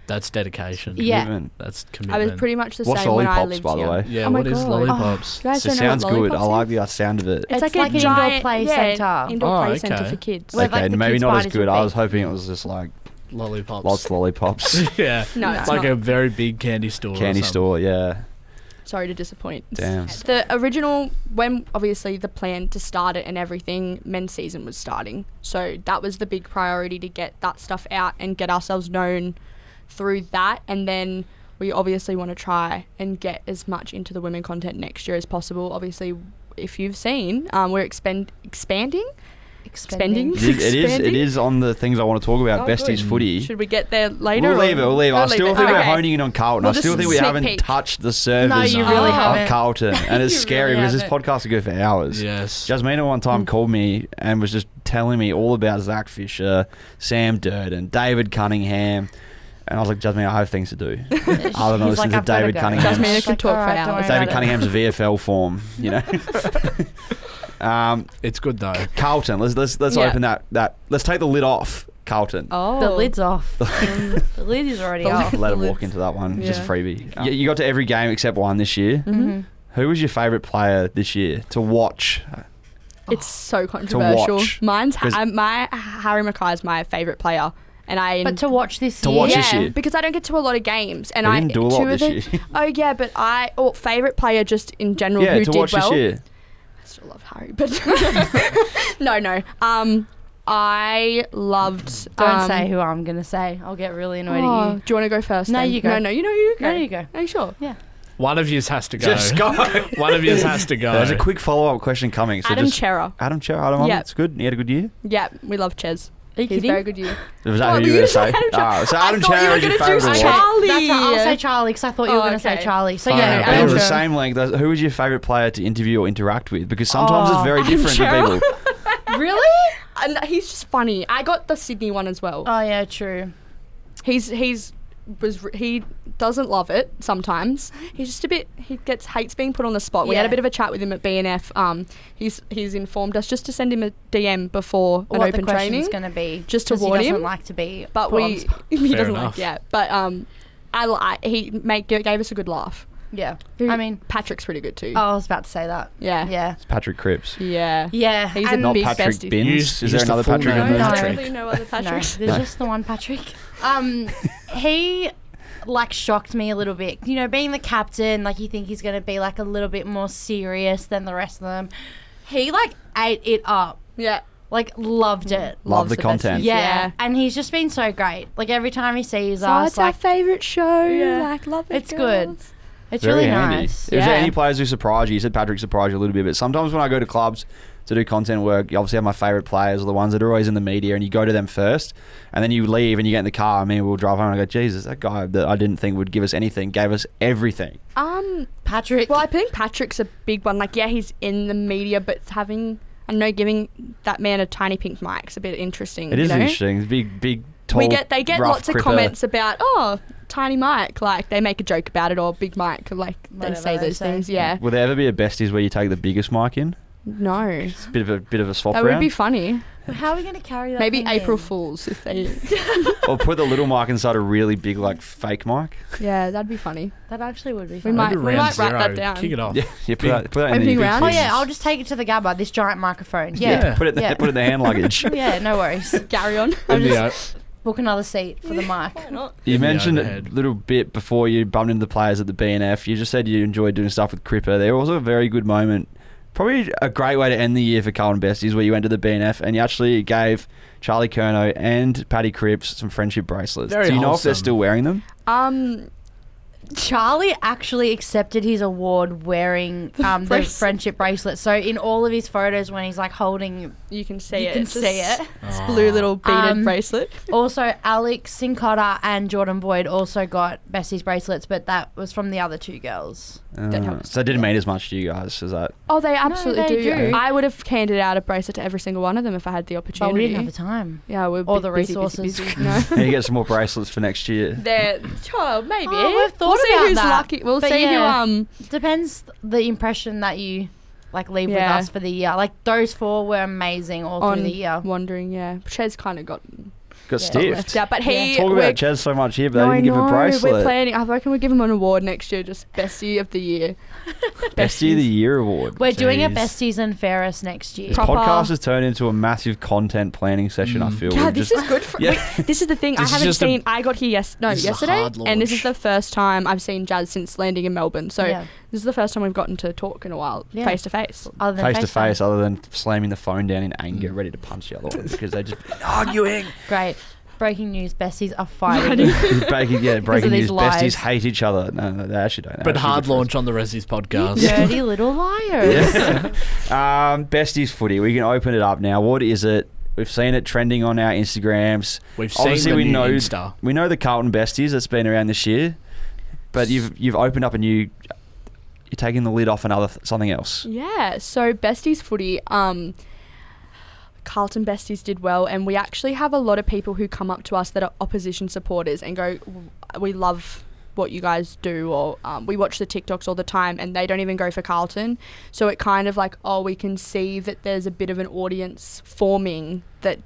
S1: That's dedication.
S4: Yeah.
S2: women.
S1: That's commitment.
S3: I was pretty much the
S2: What's
S3: same when I
S2: lollipops,
S3: lived
S2: by the
S3: here.
S2: way?
S1: Yeah,
S3: Oh my
S1: what is
S3: God. Oh.
S1: lollipops?
S3: You guys
S2: It
S3: don't know what
S2: sounds good. I
S3: lollipops
S2: like
S3: is?
S2: the sound of it.
S4: It's like an indoor play
S3: yeah,
S4: centre.
S3: Indoor
S1: Oh,
S3: play
S1: okay.
S3: centre for kids.
S4: Well,
S2: okay,
S4: like the
S2: maybe
S4: kids'
S2: not as
S4: parties
S2: good.
S4: would
S2: I
S4: be.
S2: was hoping it was just like
S1: lollipops.
S2: lots of lollipops,
S1: yeah.
S3: No,
S1: It's
S3: it's
S1: like
S3: not.
S1: a very big candy store. or
S2: candy
S1: something.
S2: store. Yeah,
S3: Sorry to disappoint.
S2: Damn.
S3: The original, when obviously the plan to start it and everything, men's season was starting. So that was the big priority to get that stuff out and get ourselves known through that. And then we obviously want to try and get as much into the women content next year as possible. Obviously, if you've seen, um, we're expend- expanding. Expending.
S2: It is, it is. It is on the things I want to talk about.
S1: Oh,
S2: Besties
S1: good.
S2: footy.
S3: Should we get there later?
S2: We'll
S3: or-
S2: leave it. We'll leave it. I
S3: We'll
S2: still
S3: leave
S2: think
S3: it.
S2: we're
S3: Okay.
S2: honing in on Carlton.
S3: Well,
S2: I still
S3: just
S2: think we
S3: sneak
S2: haven't
S3: peek.
S2: touched the servers
S4: you
S2: of,
S4: really
S2: of
S4: haven't.
S2: Carlton, and it's
S4: You
S2: scary
S4: really
S2: because this
S4: haven't.
S2: podcast could go for hours.
S1: Yes.
S2: Jasmina one time called me and was just telling me all about Zach Fisher, Sam Durden, David Cunningham, and I was like, Jasmina, I have things to do. I don't know,
S4: He's
S2: listen to
S4: "I've gotta
S2: David
S4: go."
S2: Cunningham.
S3: Jasmine, you could talk for
S4: "Alright, don't worry
S3: hours."
S2: David
S4: about it."
S2: Cunningham's VFL form, you know. um,
S1: it's good though.
S2: Carlton, let's let's let's
S3: Yeah.
S2: open that that. Let's take the lid off Carlton.
S3: Oh.
S4: The lid's off. the lid is already
S3: The
S4: off.
S2: Let him
S3: Let's-
S2: walk into that one. Just
S3: Yeah.
S2: freebie. Yeah, you got to every game except one this year.
S4: Mm-hmm.
S3: Mhm.
S2: Who was your favourite player this year to watch?
S3: It's so controversial.
S2: Oh. watch.
S3: Mine's
S2: 'Cause-
S3: I, my Harry Mackay is my favorite player, and I
S4: But to watch this
S2: To
S4: year,
S2: watch
S3: yeah
S2: this year.
S3: because I don't get to a lot of games, and
S2: They
S3: I
S2: didn't do a lot
S3: two of
S2: this
S3: the-
S2: year.
S3: Oh yeah, but I oh, favorite player just in general
S2: yeah,
S3: who
S2: to
S3: did
S2: watch
S3: well.
S2: this year.
S3: I still love Harry, but no, no. Um, I loved.
S4: don't
S3: um,
S4: say who I'm gonna say. I'll get really annoyed
S3: oh,
S4: at you.
S3: Do you want to go first?
S4: No,
S3: then?
S4: you go.
S3: No, no, you know you go.
S4: No, you go.
S3: Are you sure?
S1: One of yous has to go.
S2: Just go.
S1: One of yous has to go.
S2: There's a quick follow up question coming. So
S3: Adam
S2: just,
S3: Chera.
S2: Adam Cher, Adam,
S3: Yeah.
S2: it's good. He had a good year.
S3: Yeah, we love Ches.
S4: Are you
S3: He's
S4: kidding?
S3: very good. You.
S2: Was that
S3: Oh,
S2: who
S3: but
S2: you were
S3: you
S2: going to say?
S3: said Adam Cher.
S2: Ah, so
S3: I
S2: Adam
S3: thought you
S2: Cher
S3: were
S2: is your
S3: gonna do
S2: favourite
S4: Okay,
S2: one.
S3: Charlie.
S4: That's right. I'll say Charlie because I thought you were
S3: Oh,
S4: gonna say
S3: okay.
S4: Charlie. So
S1: Fine.
S4: yeah,
S1: But
S2: But it
S4: Adam
S2: was the
S4: Cher.
S2: same length. That's- Who was your favourite player to interview or interact with? Because sometimes it's
S4: Oh,
S2: very
S3: Adam
S2: different
S3: Cher.
S2: to people.
S4: Really?
S3: And he's just funny. I got the Sydney one as well.
S4: Oh yeah, true.
S3: He's he's was r- he doesn't love it sometimes. He's just a bit he gets hates being put on the spot. We had
S4: Yeah.
S3: a bit of a chat with him at BNF. Um, he's he's informed us just to send him a DM before an
S4: what the
S3: open
S4: question's
S3: training.
S4: gonna be?
S3: Just to
S4: 'cause he
S3: warn
S4: doesn't
S3: him.
S4: like to be.
S3: but
S4: put on
S3: we
S4: the spot.
S3: he
S1: Fair
S3: doesn't
S1: enough.
S3: like yeah. But um, I, li- he make gave us a good laugh.
S4: yeah. I mean,
S3: Patrick's pretty good too.
S4: oh, I was about to say that.
S3: yeah, yeah,
S4: Yeah.
S2: It's Patrick Cripps.
S3: yeah.
S4: Yeah.
S3: He's a
S4: and
S2: Not
S3: Big
S2: Patrick
S3: bestie.
S2: Binns.
S1: Use-
S2: is
S1: use
S2: there
S1: the
S2: another
S1: full
S2: Patrick?
S1: name.
S2: in there?
S4: No,
S1: Patrick.
S3: really no other
S4: No,
S3: Patricks.
S4: there's just the one Patrick. Um, he like shocked me a little bit. You know, being the captain, like you think he's gonna be like a little bit more serious than the rest of them. He like ate it up.
S3: Yeah,
S4: Like loved it.
S2: Love
S3: Loves
S2: the
S3: the
S2: content.
S3: besties.
S4: Yeah.
S3: Yeah.
S4: and he's just been so great. Like every time he sees
S3: so
S4: us,
S3: it's our
S4: like
S3: favorite show.
S4: Yeah.
S3: Like, love it.
S4: It's good.
S3: girls.
S4: it's
S2: Very
S4: really
S2: handy.
S4: nice.
S2: Is there
S3: Yeah.
S2: any players who surprise you? You said Patrick surprised you a little bit, but sometimes when I go to clubs to do content work, you obviously have my favourite players are the ones that are always in the media, and you go to them first, and then you leave and you get in the car. I mean, we'll drive home and I go, Jesus, that guy that I didn't think would give us anything gave us everything.
S3: Um,
S4: Patrick.
S3: Well, I think Patrick's a big one. Like, yeah, he's in the media, but having I know giving that man a tiny pink mic's a bit interesting.
S2: It is
S3: Mm, you know?
S2: interesting. It's Big, big, tall.
S3: We get they get
S2: rough
S3: lots of
S2: cripper.
S3: comments about oh tiny Mike, like they make a joke about it, or big Mike, like
S4: Whatever
S3: they say
S4: they
S3: those
S4: say.
S3: things. Yeah,
S2: Will there ever be a besties where you take the biggest mic in?
S3: no,
S2: It's a bit of a bit of a swap
S3: that would
S2: round,
S3: be funny.
S4: how are we gonna carry that?
S3: Maybe
S4: thing
S3: April
S4: in?
S3: Fools if they.
S2: or put the little mic inside a really big like fake mic.
S3: yeah, that'd be funny.
S4: That actually would be.
S3: We
S4: Fun.
S3: might
S1: Maybe
S3: we
S1: round
S3: might write that
S1: zero,
S3: down.
S1: Kick it off.
S2: Yeah, you put
S1: Oh. Big-
S2: that, put that in the
S3: Opening round?
S4: Oh yeah, I'll just take it to the Gabba, this giant microphone.
S2: yeah.
S4: Yeah.
S1: Yeah.
S2: Put it, in the-
S4: Yeah.
S2: put it in the hand luggage.
S4: Yeah, no worries.
S3: Carry on.
S4: I'll just
S1: Yeah.
S4: book another seat for the mic.
S2: You
S1: in the
S2: mentioned a
S1: overhead.
S2: little bit before you bumped into the players at the BNF. You just said you enjoyed doing stuff with Cripper. There was a very good moment, probably a great way to end the year for Carlton Besties, where you went to the BNF and you actually gave Charlie Kerno and Paddy Cripps some friendship bracelets.
S1: Very
S2: Do you know if they're
S1: wholesome.
S2: still wearing them?
S3: Um,
S4: Charlie actually accepted his award wearing um, the
S3: bracelet.
S4: friendship bracelet. So in all of his photos, when he's like holding,
S3: you can see
S4: you
S3: it.
S4: can
S3: It's
S4: see
S3: just
S4: it.
S1: Oh.
S3: This
S2: Oh.
S3: blue little beaded
S4: Um,
S3: bracelet.
S4: Also, Alex Sincotta and Jordan Boyd also got Bessie's bracelets, but that was from the other two girls.
S3: That
S2: Uh,
S3: helps.
S2: so it didn't mean as much to you guys as that.
S3: Oh, they absolutely
S4: they
S3: do.
S4: do.
S3: I would have handed out a bracelet to every single one of them if I had the
S4: But we
S3: opportunity.
S4: didn't have the time.
S3: yeah, we're
S4: Or
S3: bu-
S4: the
S3: busy, busy,
S4: resources.
S3: busy, no.
S2: And you get some more bracelets for next year.
S3: They're oh, maybe.
S4: Oh, we've
S3: we'll
S4: thought
S3: see
S4: about
S3: who's
S4: that.
S3: lucky. We'll
S4: But
S3: see who
S4: yeah.
S3: um
S4: Depends the impression that you like leave
S3: Yeah.
S4: with us for the year. Like those four were amazing all
S3: on
S4: through the year.
S3: wandering. Yeah, Chez kind of got
S2: Got
S4: Yeah.
S2: stiffed.
S3: left out. But he
S2: Talk
S3: we're-
S2: about Chaz so much here, but
S3: No,
S2: they
S3: I
S2: didn't give him a
S3: know, We're
S2: bracelet.
S3: planning. I reckon we'll give him an award next year, just bestie of the year.
S2: Bestie of the Year award.
S4: We're doing a
S1: Jeez.
S4: besties and fairest next year.
S2: This
S3: Proper-
S2: podcast has turned into a massive content planning session. I
S1: Mm.
S2: feel.
S3: Yeah,
S2: We've
S3: this
S2: just-
S3: is good for.
S2: Yeah.
S3: wait, this is the thing. I
S1: This is
S3: haven't
S1: just a-
S3: seen. I got here yes. No,
S1: This is a
S3: yesterday,
S1: hard
S3: and this is
S1: launch.
S3: the first time I've seen Jazz since landing in Melbourne. So
S4: Yeah.
S3: this is the first time we've gotten to talk in a while,
S4: Yeah.
S3: face to face.
S4: Other than
S2: face to
S4: FaceTime.
S2: face, other than slamming the phone down in anger,
S1: Mm.
S2: ready to punch the other one because they just arguing.
S4: Great. Breaking news: besties are fighting.
S2: breaking, yeah, breaking
S4: these
S2: news. Besties
S4: lies.
S2: hate each other. No, no, they actually don't. They're
S1: But
S2: actually
S1: hard
S2: good friends.
S1: launch on the Resi's podcast.
S4: Dirty little liars.
S2: Yeah. um, besties footy. We can open it up now. What is it? We've seen it trending on our Instagrams.
S1: We've seen
S2: Obviously,
S1: the
S2: we
S1: new
S2: know
S1: Insta.
S2: we know the Carlton besties that's been around this year, but you've you've opened up a new. You're taking the lid off another th- something else.
S3: Yeah. So besties footy. Um, Carlton besties did well, and we actually have a lot of people who come up to us that are opposition supporters and go, "W- "We love." What you guys do, or um, we watch the TikToks all the time, and they don't even go for Carlton. So it kind of like, oh, we can see that there's a bit of an audience forming that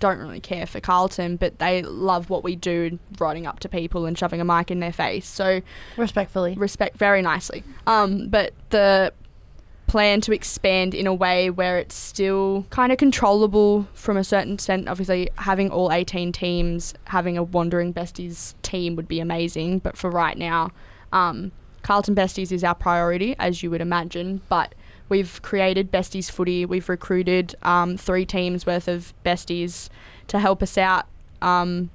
S3: don't really care for Carlton, but they love what we do, running up to people and shoving a mic in their face. So
S4: Respectfully.
S3: respect very nicely. Um, but the plan to expand in a way where it's still kind of controllable from a certain extent. Obviously, having all 18 teams, having a wandering besties team would be amazing. But for right now, um, Carlton Besties is our priority, as you would imagine. But we've created Besties Footy. We've recruited um, three teams worth of besties to help us out. Um,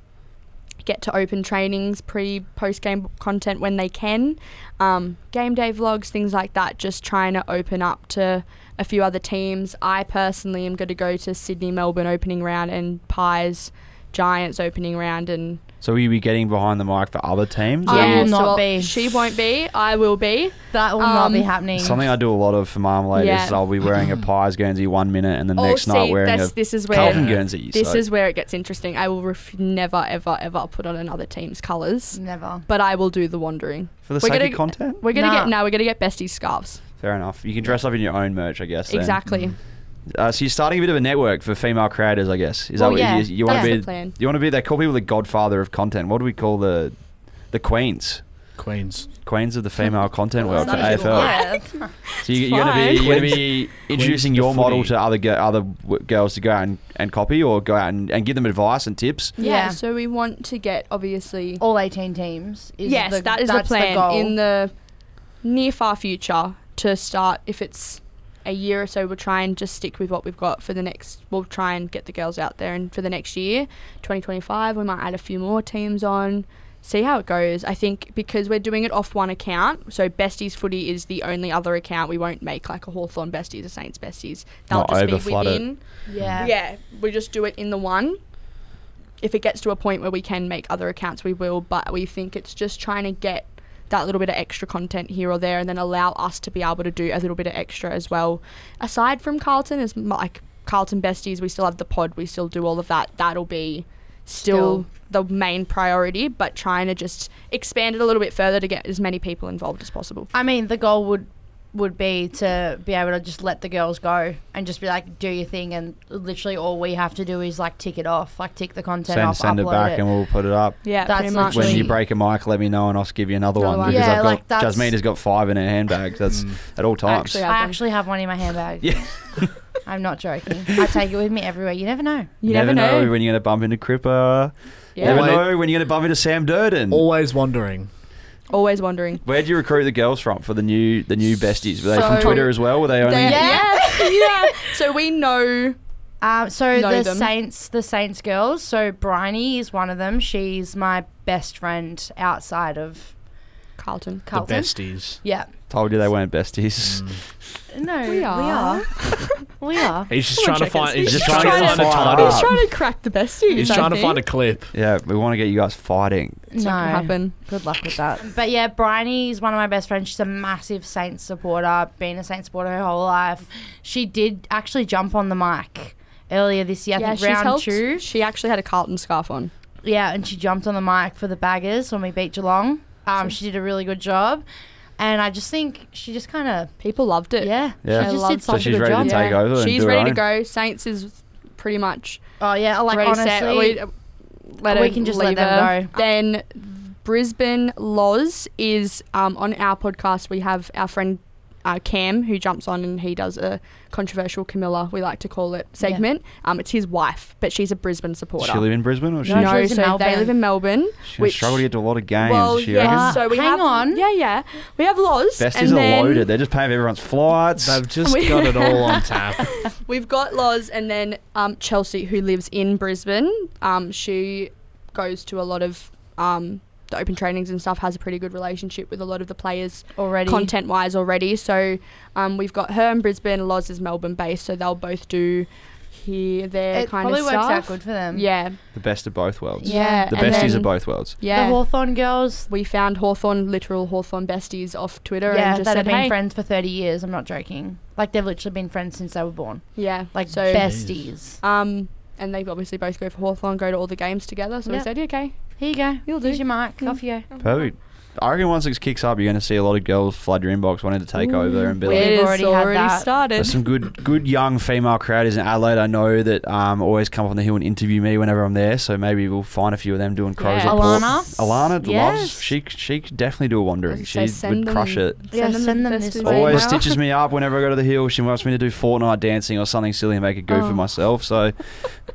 S3: get to open trainings, pre post game content when they can, um, game day vlogs, things like that. Just trying to open up to a few other teams. I personally am going to go to Sydney, Melbourne opening round and Pies, Giants opening round, and
S2: So will you be getting behind the mic for other teams?
S4: I
S2: Or-
S4: will not
S3: I'll-
S4: be.
S3: She won't be. I will be.
S4: That will not be
S3: Um,
S4: happening.
S2: Something I do a lot of for Marmalade is
S3: Yeah.
S2: I'll be wearing a Pies Guernsey one minute and the
S3: Oh,
S2: next night
S3: see,
S2: wearing a
S3: that's- this is where-
S2: Carlton Guernsey.
S3: This
S2: so-
S3: is where it gets interesting. I will ref- never, ever, ever put on another team's colours,
S4: Never.
S3: but I will do the wandering.
S2: for the
S3: we're
S2: sake
S3: gonna-
S2: of content.
S3: We're gonna
S4: Nah.
S3: get now. We're gonna get besties scarves.
S2: Fair enough. You can dress up in your own merch, I guess. then.
S3: Exactly.
S2: Uh, so you're starting a bit of a network for female creators, I guess. Is
S4: Well,
S2: that what
S4: yeah,
S2: you, you want
S3: that's
S2: to
S3: the
S2: be?
S3: plan.
S2: You want to be? They call people the Godfather of content. What do we call the the queens?
S1: Queens.
S2: Queens of the female content world for
S3: Some people
S2: AFL.
S3: are.
S4: Yeah.
S2: So you, you're going to be
S3: fine.
S2: you're going to be introducing
S1: the
S2: your model
S1: footy.
S2: to other go, other w- girls to go out and, and copy or go out and, and give them advice and tips.
S4: Yeah.
S3: So we want to get obviously.
S4: All 18 teams. Is
S3: yes,
S4: the,
S3: that is the
S4: that's
S3: plan
S4: goal.
S3: in the near far future to start. If it's a year or so, we'll try and just stick with what we've got for the next. We'll try and get the girls out there, and for the next year, 2025, we might add a few more teams on. See how it goes. I think because we're doing it off one account, so Besties Footy is the only other account. We won't make like a Hawthorn Besties, a Saints Besties. They'll
S2: Not
S3: just be
S2: overflood it.
S3: within.
S4: yeah.
S3: Yeah, we just do it in the one. If it gets to a point where we can make other accounts, we will, but we think it's just trying to get that little bit of extra content here or there and then allow us to be able to do a little bit of extra as well. Aside from Carlton, as m- like Carlton Besties, we still have the pod, we still do all of that. That'll be still, the main priority, but trying to just expand it a little bit further to get as many people involved as possible.
S4: I mean, the goal would would be to be able to just let the girls go and just be like, do your thing, and literally all we have to do is like tick it off, like tick the content
S2: Send
S4: off,
S2: send it
S4: upload
S2: back
S4: it.
S2: and we'll put it up.
S3: Yeah,
S4: That's
S3: pretty much.
S2: When
S4: Actually-
S2: you break a mic, let me know and I'll give you another,
S3: Another
S2: one
S3: one.
S2: because
S4: Yeah,
S2: I've
S4: like,
S2: got
S4: that's-
S2: Jasmine has got five in her handbag. That's at all times.
S3: Actually,
S4: I actually have one in my handbag.
S2: Yeah.
S4: I'm not joking. I take it with me everywhere. You never know.
S3: you never, know.
S2: when you're going to bump into Cripper.
S3: Yeah.
S2: Never
S1: Always-
S2: know when you're going to bump into Sam Durden.
S1: Always wondering.
S3: Always wondering.
S2: Where'd you recruit the girls from for the new the new besties? Were they from
S3: So-
S2: Twitter as well? Were they only?
S3: They-
S4: Yeah.
S3: yeah, yeah. So we know
S4: Um, so
S3: Know
S4: the
S3: them.
S4: Saints, the Saints girls. So Bryony is one of them. She's my best friend outside of
S3: Carlton.
S4: Carlton.
S1: The besties.
S4: Yeah.
S2: Told you they weren't besties.
S4: No,
S3: We are.
S4: We are. we are.
S1: He's just
S3: Come
S1: trying
S3: on,
S1: to
S3: check
S1: find.
S3: it.
S1: He's
S2: He's
S1: just trying to
S2: trying to
S1: find a
S2: find
S1: title.
S2: out.
S3: He's trying to crack the besties.
S1: He's
S3: I
S1: trying to
S3: think.
S1: find a clip.
S2: Yeah, we want to get you guys fighting.
S3: It's
S4: no.
S3: not gonna happen.
S4: Good luck with that. But yeah, Bryony is one of my best friends. She's a massive Saints supporter, been a Saints supporter her whole life. She did actually jump on the mic earlier this year, I think round two.
S3: She actually had a Carlton scarf on.
S4: Yeah, and she jumped on the mic for the baggers when we beat Geelong. Um, she did a really good job. And I just think she just kind of,
S3: People loved it.
S4: yeah,
S2: Yeah.
S4: she
S3: I
S4: just
S3: love
S4: did such
S2: So she's
S4: a good
S2: ready
S4: job.
S2: to take over. and
S3: She's
S2: do her
S3: ready to
S2: own.
S3: go. Saints is pretty much
S4: Oh, yeah, like
S3: ready
S4: honestly.
S3: set. We, let
S4: We
S3: her
S4: can just let
S3: leave
S4: them
S3: her. Then Brisbane Laws is um, on our podcast. We have our friend uh, Cam who jumps on and he does a controversial Camilla, we like to call it,
S4: Yeah.
S3: segment. Um, it's his wife, but she's a Brisbane supporter.
S2: She live in Brisbane, or she?
S4: No,
S3: no,
S4: lives in
S3: so they live
S4: Melbourne.
S3: in Melbourne.
S2: She's
S3: which-
S2: struggle to get to a lot of games.
S3: well,
S2: she
S3: yeah.
S2: reckons.
S4: reckons?
S3: So we
S4: Hang
S3: have,
S4: on.
S3: Yeah, yeah. We have Laws.
S2: Besties
S3: and
S2: are
S3: then
S2: loaded. They're just paying for everyone's flights.
S1: They've just
S3: We-
S1: got it all on tap.
S3: We've got Loz and then um, Chelsea, who lives in Brisbane. Um, she goes to a lot of um, the open trainings and stuff, has a pretty good relationship with a lot of the players
S4: already.
S3: content wise already. So um, we've got her in Brisbane, Loz is Melbourne based, so they'll both do here, there
S4: It
S3: kind
S4: probably
S3: of
S4: works
S3: stuff.
S4: out good for them.
S3: Yeah,
S2: the best of both worlds.
S3: yeah.
S2: The
S3: and
S2: besties
S3: then-
S2: of both worlds.
S3: Yeah.
S4: The Hawthorn girls.
S3: we found Hawthorn, literal Hawthorn besties off Twitter
S4: Yeah,
S3: and just
S4: that have
S3: said,
S4: been
S3: hey.
S4: friends for 30 years. I'm not joking. Like, they've literally been friends since they were born.
S3: Yeah.
S4: Like,
S3: so,
S4: besties.
S3: um, and they obviously both go for Hawthorn, go to all the games together. So
S4: Yeah.
S3: we said, yeah, okay.
S4: Here you go.
S3: You'll do.
S4: Here's your mic.
S3: Mm.
S4: Off you go.
S2: Perfect. I reckon once this kicks up, you're going to see a lot of girls flood your inbox wanting to take over and be
S4: Weird.
S2: like,
S3: It
S4: We've
S3: is
S4: already had that.
S3: started.
S2: There's some good, good young female creators in Adelaide. I know that um, always come up on the hill and interview me whenever I'm there. So maybe we'll find a few of them doing crows.
S3: Yeah.
S2: report.
S4: Alana?
S2: Alana
S4: Yes.
S2: loves. She she could definitely do a wandering.
S3: As
S2: She
S3: I say,
S2: would
S3: send
S2: crush
S3: them-
S2: it.
S4: Yeah,
S3: them
S4: send
S3: the
S4: them
S3: best
S4: this
S3: of
S4: way.
S2: Always
S3: email.
S2: stitches me up whenever I go to the hill. She wants me to do Fortnite dancing or something silly and make a goof
S3: Oh.
S2: of myself. So,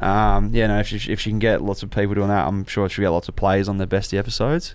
S2: um, yeah, no, if she, if she can get lots of people doing that, I'm sure she'll get lots of plays on the bestie episodes.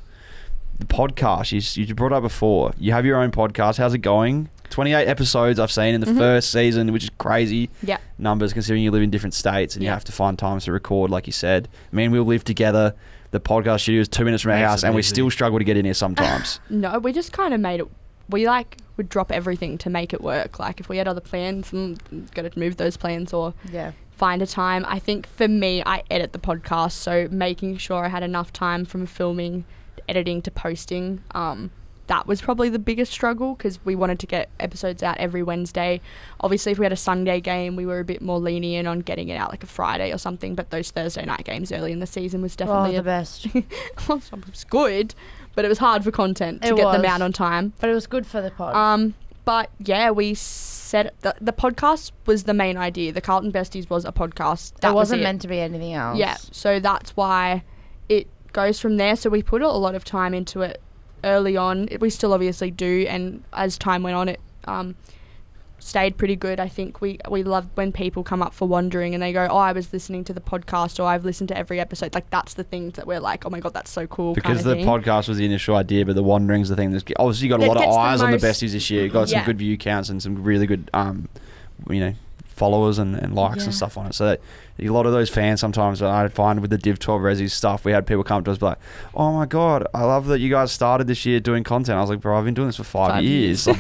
S2: The podcast, you, s- you brought up before. You have your own podcast. How's it going? 28 episodes I've seen in the
S3: Mhm.
S2: first season, which is crazy
S3: Yeah.
S2: numbers considering you live in different states and you
S3: Yeah.
S2: have to find times to record, like you said. Me and Will live together. The podcast studio is two minutes from our
S1: Makes it
S2: house, and we
S1: easy.
S2: still struggle to get in here sometimes.
S3: No, we just kind of made it. We like would drop everything to make it work. Like if we had other plans, mm, got to move those plans or
S4: Yeah.
S3: find a time. I think for me, I edit the podcast, so making sure I had enough time from filming, editing to posting. Um, that was probably the biggest struggle because we wanted to get episodes out every Wednesday. Obviously, if we had a Sunday game, we were a bit more lenient on getting it out like a Friday or something. But those Thursday night games early in the season was
S4: Oh,
S3: definitely
S4: the
S3: a
S4: best.
S3: well, it was good, but it was hard for content to
S4: It
S3: get them
S4: was.
S3: out on time.
S4: But it was good for the pod.
S3: Um, but yeah, we said the, the podcast was the main idea. The Carlton Besties was a podcast. That
S4: it wasn't
S3: was it.
S4: meant to be anything else.
S3: Yeah, so that's why it goes from there. So we put a lot of time into it early on. It- We still obviously do, and as time went on, it um, stayed pretty good. I think we we love when people come up for wandering and they go, "Oh, I was listening to the podcast," or "I've listened to every episode." Like that's the things that we're like, "Oh my god, that's so cool!" kind
S2: Because
S3: of
S2: the
S3: thing.
S2: podcast was the initial idea, but the wandering's the thing that's obviously got a
S3: That
S2: lot of
S3: gets the
S2: eyes on the
S3: most-
S2: besties this year. Got some
S3: Yeah.
S2: good view counts and some really good, um, you know, followers and, and likes and
S4: Yeah.
S2: stuff on it. So that, a lot of those fans sometimes I find with the Div 12 Resi stuff, we had people come up to us be like, "Oh my god, I love that you guys started this year doing content." I was like, "Bro, I've been doing this for five,
S3: Five
S2: years." Like,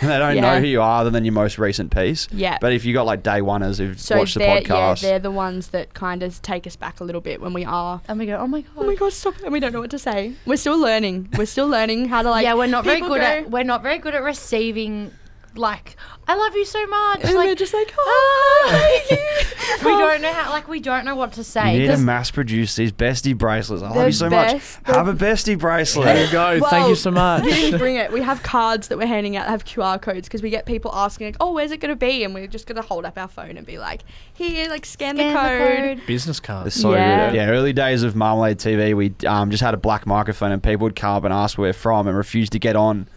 S2: they don't
S3: Yeah.
S2: know who you are other than your most recent piece.
S3: yeah.
S2: But if you got like day oneers who've
S3: so
S2: watched the
S3: they're, yeah,
S2: podcast,
S3: they're the ones that kind of take us back a little bit when we are.
S4: And we go, oh my god.
S3: Oh my god, stop! And we don't know what to say. We're still learning. We're still learning how to like.
S4: yeah, we're not very good
S3: people go-
S4: at we're not very good at receiving. Like, I love you so much.
S3: And we're
S4: like,
S3: just like, "Oh,
S4: "Ah."
S3: thank you."
S4: we don't know how. Like, we don't know what to
S2: you
S4: say.
S2: need to
S4: 'cause
S2: mass produce these bestie bracelets. I
S3: The
S2: love you so
S3: best-
S2: much.
S3: the-
S2: Have a bestie bracelet.
S1: There you go. Thank
S3: Well,
S1: you so much.
S3: We didn't bring it. We have cards that we're handing out that have QR codes because we get people asking, like, oh, where's it going to be? And we're just going to hold up our phone and be like, here, like, scan,
S4: scan
S3: the code.
S1: Business
S2: It's
S1: cards.
S2: so
S3: Yeah.
S2: good. Yeah, early days of Marmalade TV, we um, just had a black microphone and people would come up and ask where we're from and refuse to get on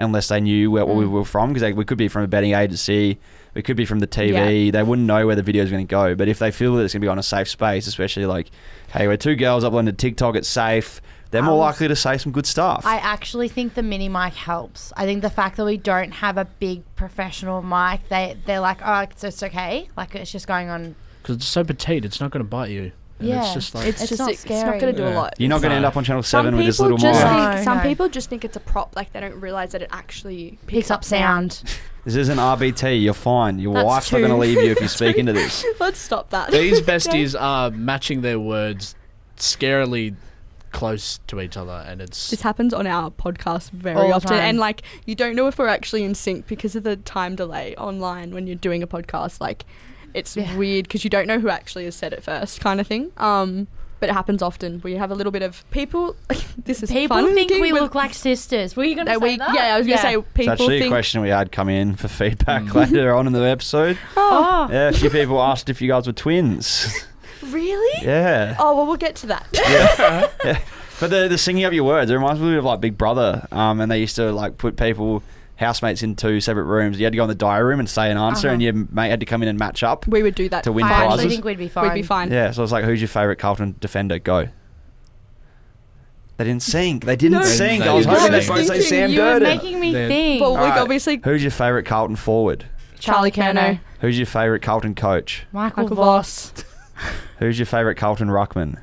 S2: unless they knew where, where
S3: Mm.
S2: we were from because we could be from a betting agency, we could be from the TV. They wouldn't know where the video is going to go. But if they feel that it's going to be on a safe space, especially like, hey, we're two girls uploading to TikTok, it's safe, they're more
S4: Um,
S2: likely to say some good stuff.
S4: I actually think the mini mic helps. I think the fact that we don't have a big professional mic, they they're like, oh, it's, it's okay. Like it's just going on.
S1: Because it's so petite, it's not going to bite you. And
S4: Yeah.
S1: It's just like.
S3: It's,
S4: It's
S3: just,
S4: not
S3: it's not
S4: scary.
S3: going to do a
S1: Yeah.
S3: lot.
S2: You're not going to end up on Channel 7 with this
S3: people
S2: little
S3: just
S2: mic.
S3: think,
S4: No,
S3: some
S4: no.
S3: people just think it's a prop. Like, they don't realize that it actually picks,
S4: Picks up sound.
S2: This isn't RBT, you're fine. Your
S3: That's
S2: wife's not going to
S3: two.
S2: leave you if you speak into this.
S3: Let's stop that.
S1: These besties are matching their words scarily close to each other, and it's.
S3: This happens on our podcast very
S4: All the
S3: often,
S4: time.
S3: and like you don't know if we're actually in sync because of the time delay online when you're doing a podcast. Like, it's
S4: Yeah.
S3: weird because you don't know who actually has said it first, kind of thing. Um, but it happens often. We have a little bit of people. this is
S4: People
S3: fun
S4: think
S3: thinking,
S4: we
S3: but
S4: look like sisters. Were you gonna
S3: that
S4: say
S3: we,
S4: that? Oh.
S3: yeah, I was gonna say
S2: It's
S3: people
S2: actually a
S3: think. Mm.
S2: question we had come in for feedback later on in the episode.
S3: Oh,
S4: Oh,
S2: Yeah, a few people asked if you guys were twins.
S3: Really?
S2: Yeah.
S3: Oh well, we'll get to that.
S2: yeah. yeah. But the, the singing up your words, it reminds me of like Big Brother. Um, and they used to like put people, housemates, in two separate rooms. You had to go in the diary room and say an
S3: Uh-huh.
S2: answer, and your mate had to come in and match up.
S3: we would do that
S2: To win
S4: I
S3: fine.
S4: actually
S2: prizes?
S4: think we'd be fine.
S3: We'd be fine.
S2: Yeah, so it's like, who's your favourite Carlton defender? Go. They didn't sing. They didn't
S3: No,
S2: sing.
S1: they
S2: I was
S1: didn't
S2: hoping they'd
S1: sing.
S2: both say
S3: Thinking
S2: Sam
S4: you were
S2: Durden.
S4: making me
S1: They're-
S4: think.
S3: But we
S2: Alright.
S3: obviously
S2: Who's your favourite Carlton forward?
S3: Charlie Kerno,
S2: Who's your favourite Carlton coach?
S4: Michael,
S3: Michael
S4: Voss.
S3: Voss,
S2: Who's your favourite Carlton ruckman?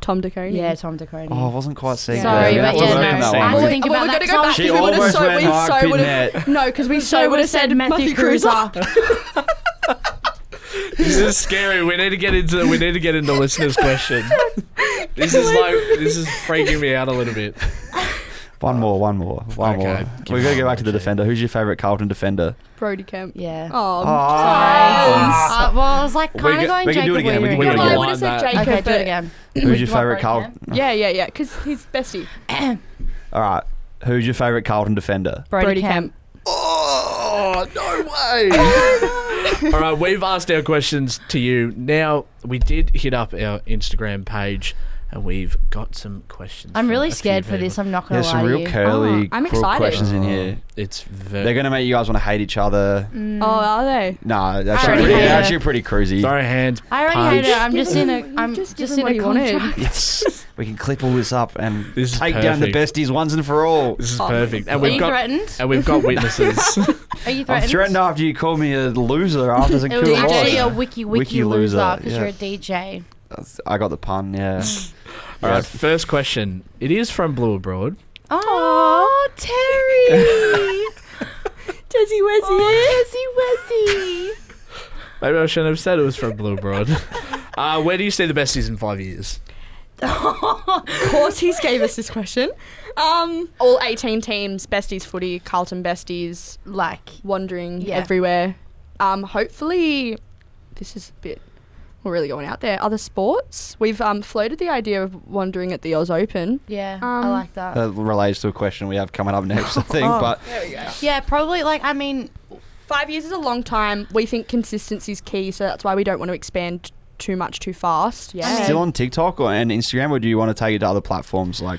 S3: Tom DeConey.
S4: Yeah, Tom DeConey.
S2: Oh, I wasn't quite seeing
S4: Sorry,
S2: that. We
S4: but
S2: have to work
S4: yeah,
S2: on
S4: no.
S2: that
S4: I
S2: one,
S4: had to
S2: mate.
S4: think
S3: Oh, Well,
S4: about that.
S3: we're gonna go
S4: Sorry.
S3: back
S2: She
S3: we would've
S2: almost
S3: so-
S2: went
S3: we
S2: Mark
S3: so would've-
S2: Bidnett.
S3: No, because we so, would have said Matthew Cruiser.
S1: This is scary. We need to get into we need to get into listeners' questions. This is like this is freaking me out a little bit.
S2: One more, one more, one
S1: Okay.
S2: more.
S1: Give
S2: We've got
S1: me
S2: to go
S1: one
S2: back to the
S1: more,
S2: defender. Who's your favourite Carlton defender?
S3: Brody Kemp.
S4: Yeah.
S3: Oh,
S2: Ah.
S4: Uh, well, I was like
S2: We
S4: kind
S2: can-
S4: of going
S2: we can do
S4: Jacob
S2: it again, we can
S4: Weaver
S2: do it
S3: Well, I
S2: again.
S3: would have said
S1: Rewind that.
S3: Jacob.
S4: Okay, do
S3: but-
S4: it again.
S2: Who's your
S4: Do you want
S2: favourite
S4: Brody
S2: Carlton?
S3: Yeah, yeah, yeah. Because he's bestie.
S2: All right. Who's your favourite Carlton defender?
S4: Brody, Kemp.
S1: Oh
S4: Oh,
S1: no way! All right, we've asked our questions to you. Now we did hit up our Instagram page, and we've got some questions.
S4: I'm
S1: from
S4: really
S1: a few
S4: scared for this.
S1: people. Oh,
S4: I'm not gonna
S2: There's
S4: lie
S2: some
S4: to
S2: real
S4: you.
S2: curly,
S3: Oh, I'm
S2: cool
S3: excited.
S2: questions in here.
S1: It's very.
S2: They're going to make you guys want to hate each other.
S4: Mm.
S3: Oh, are they?
S2: No, that's actually
S4: I already
S2: pretty,
S4: hate
S2: they're
S4: it.
S2: actually pretty cruisy.
S1: Sorry, hands.
S4: I already
S1: punch.
S4: hate it. I'm just in a.
S3: You
S4: I'm
S3: just
S4: just,
S3: give him
S4: in
S3: what
S4: a
S3: he wanted.
S4: contract.
S2: Yes. we can clip all this up and
S1: This is
S2: take down the
S1: perfect.
S2: besties once and for all.
S1: This is
S3: Oh.
S1: perfect, and
S4: Are you
S1: we've got
S4: threatened?
S1: and we've got witnesses.
S4: Are you
S2: I'm
S4: threatened?
S2: threatened after you call me a loser after some
S4: It was
S2: cool
S4: actually a
S2: I
S4: wiki
S2: Wiki
S4: wiki
S2: loser,
S4: loser because
S2: yeah.
S4: you're a DJ.
S2: got the pun, yeah.
S1: All right, first question. It is from Blue Abroad.
S4: Oh, Terry.
S3: Desi
S4: Oh,
S3: Wesi.
S4: Wizzy
S1: Maybe I shouldn't have said it was from Blue Abroad. uh, where do you see the besties in five years?
S4: Wizzy.
S3: Of course, he's gave us this question. Um, all 18 teams, besties footy, Carlton besties,
S4: like,
S3: wandering
S4: Yeah.
S3: everywhere. Um, hopefully, this is a bit. We're really going out there. Other sports. We've um, floated the idea of wandering at the Oz Open.
S4: yeah, I
S3: Um,
S4: like that.
S2: That relates uh, to a question we have coming up next, I
S3: Oh,
S2: think. But
S3: There we go.
S4: yeah, probably like I mean,
S3: Five years is a long time. We think consistency is key, so that's why we don't want to expand too much too fast.
S4: I mean-
S2: still on TikTok or and Instagram, or do you want to take it to other platforms? Like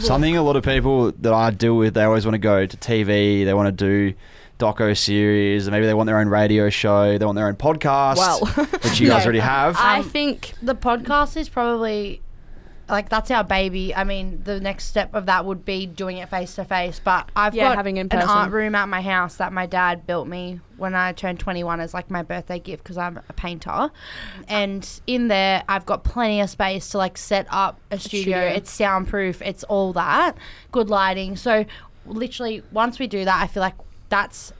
S2: something a lot of people that I deal with, they always want to go to TV. They want to do doco series, and maybe they want their own radio show. They want their own podcast,
S3: Well,
S2: which you guys
S4: no,
S2: already have.
S3: I
S4: Um,
S3: think
S4: the podcast is probably like that's our baby. I mean, the next step of that would be doing it face to face. But I've
S3: Yeah,
S4: got
S3: having it in
S4: an
S3: person.
S4: art room at my house that my dad built me when I turned 21 as like my birthday gift because I'm a painter. And in there, I've got plenty of space to like set up a studio.
S3: studio.
S4: It's soundproof. It's all that good lighting. So literally, once we do that, I feel like that's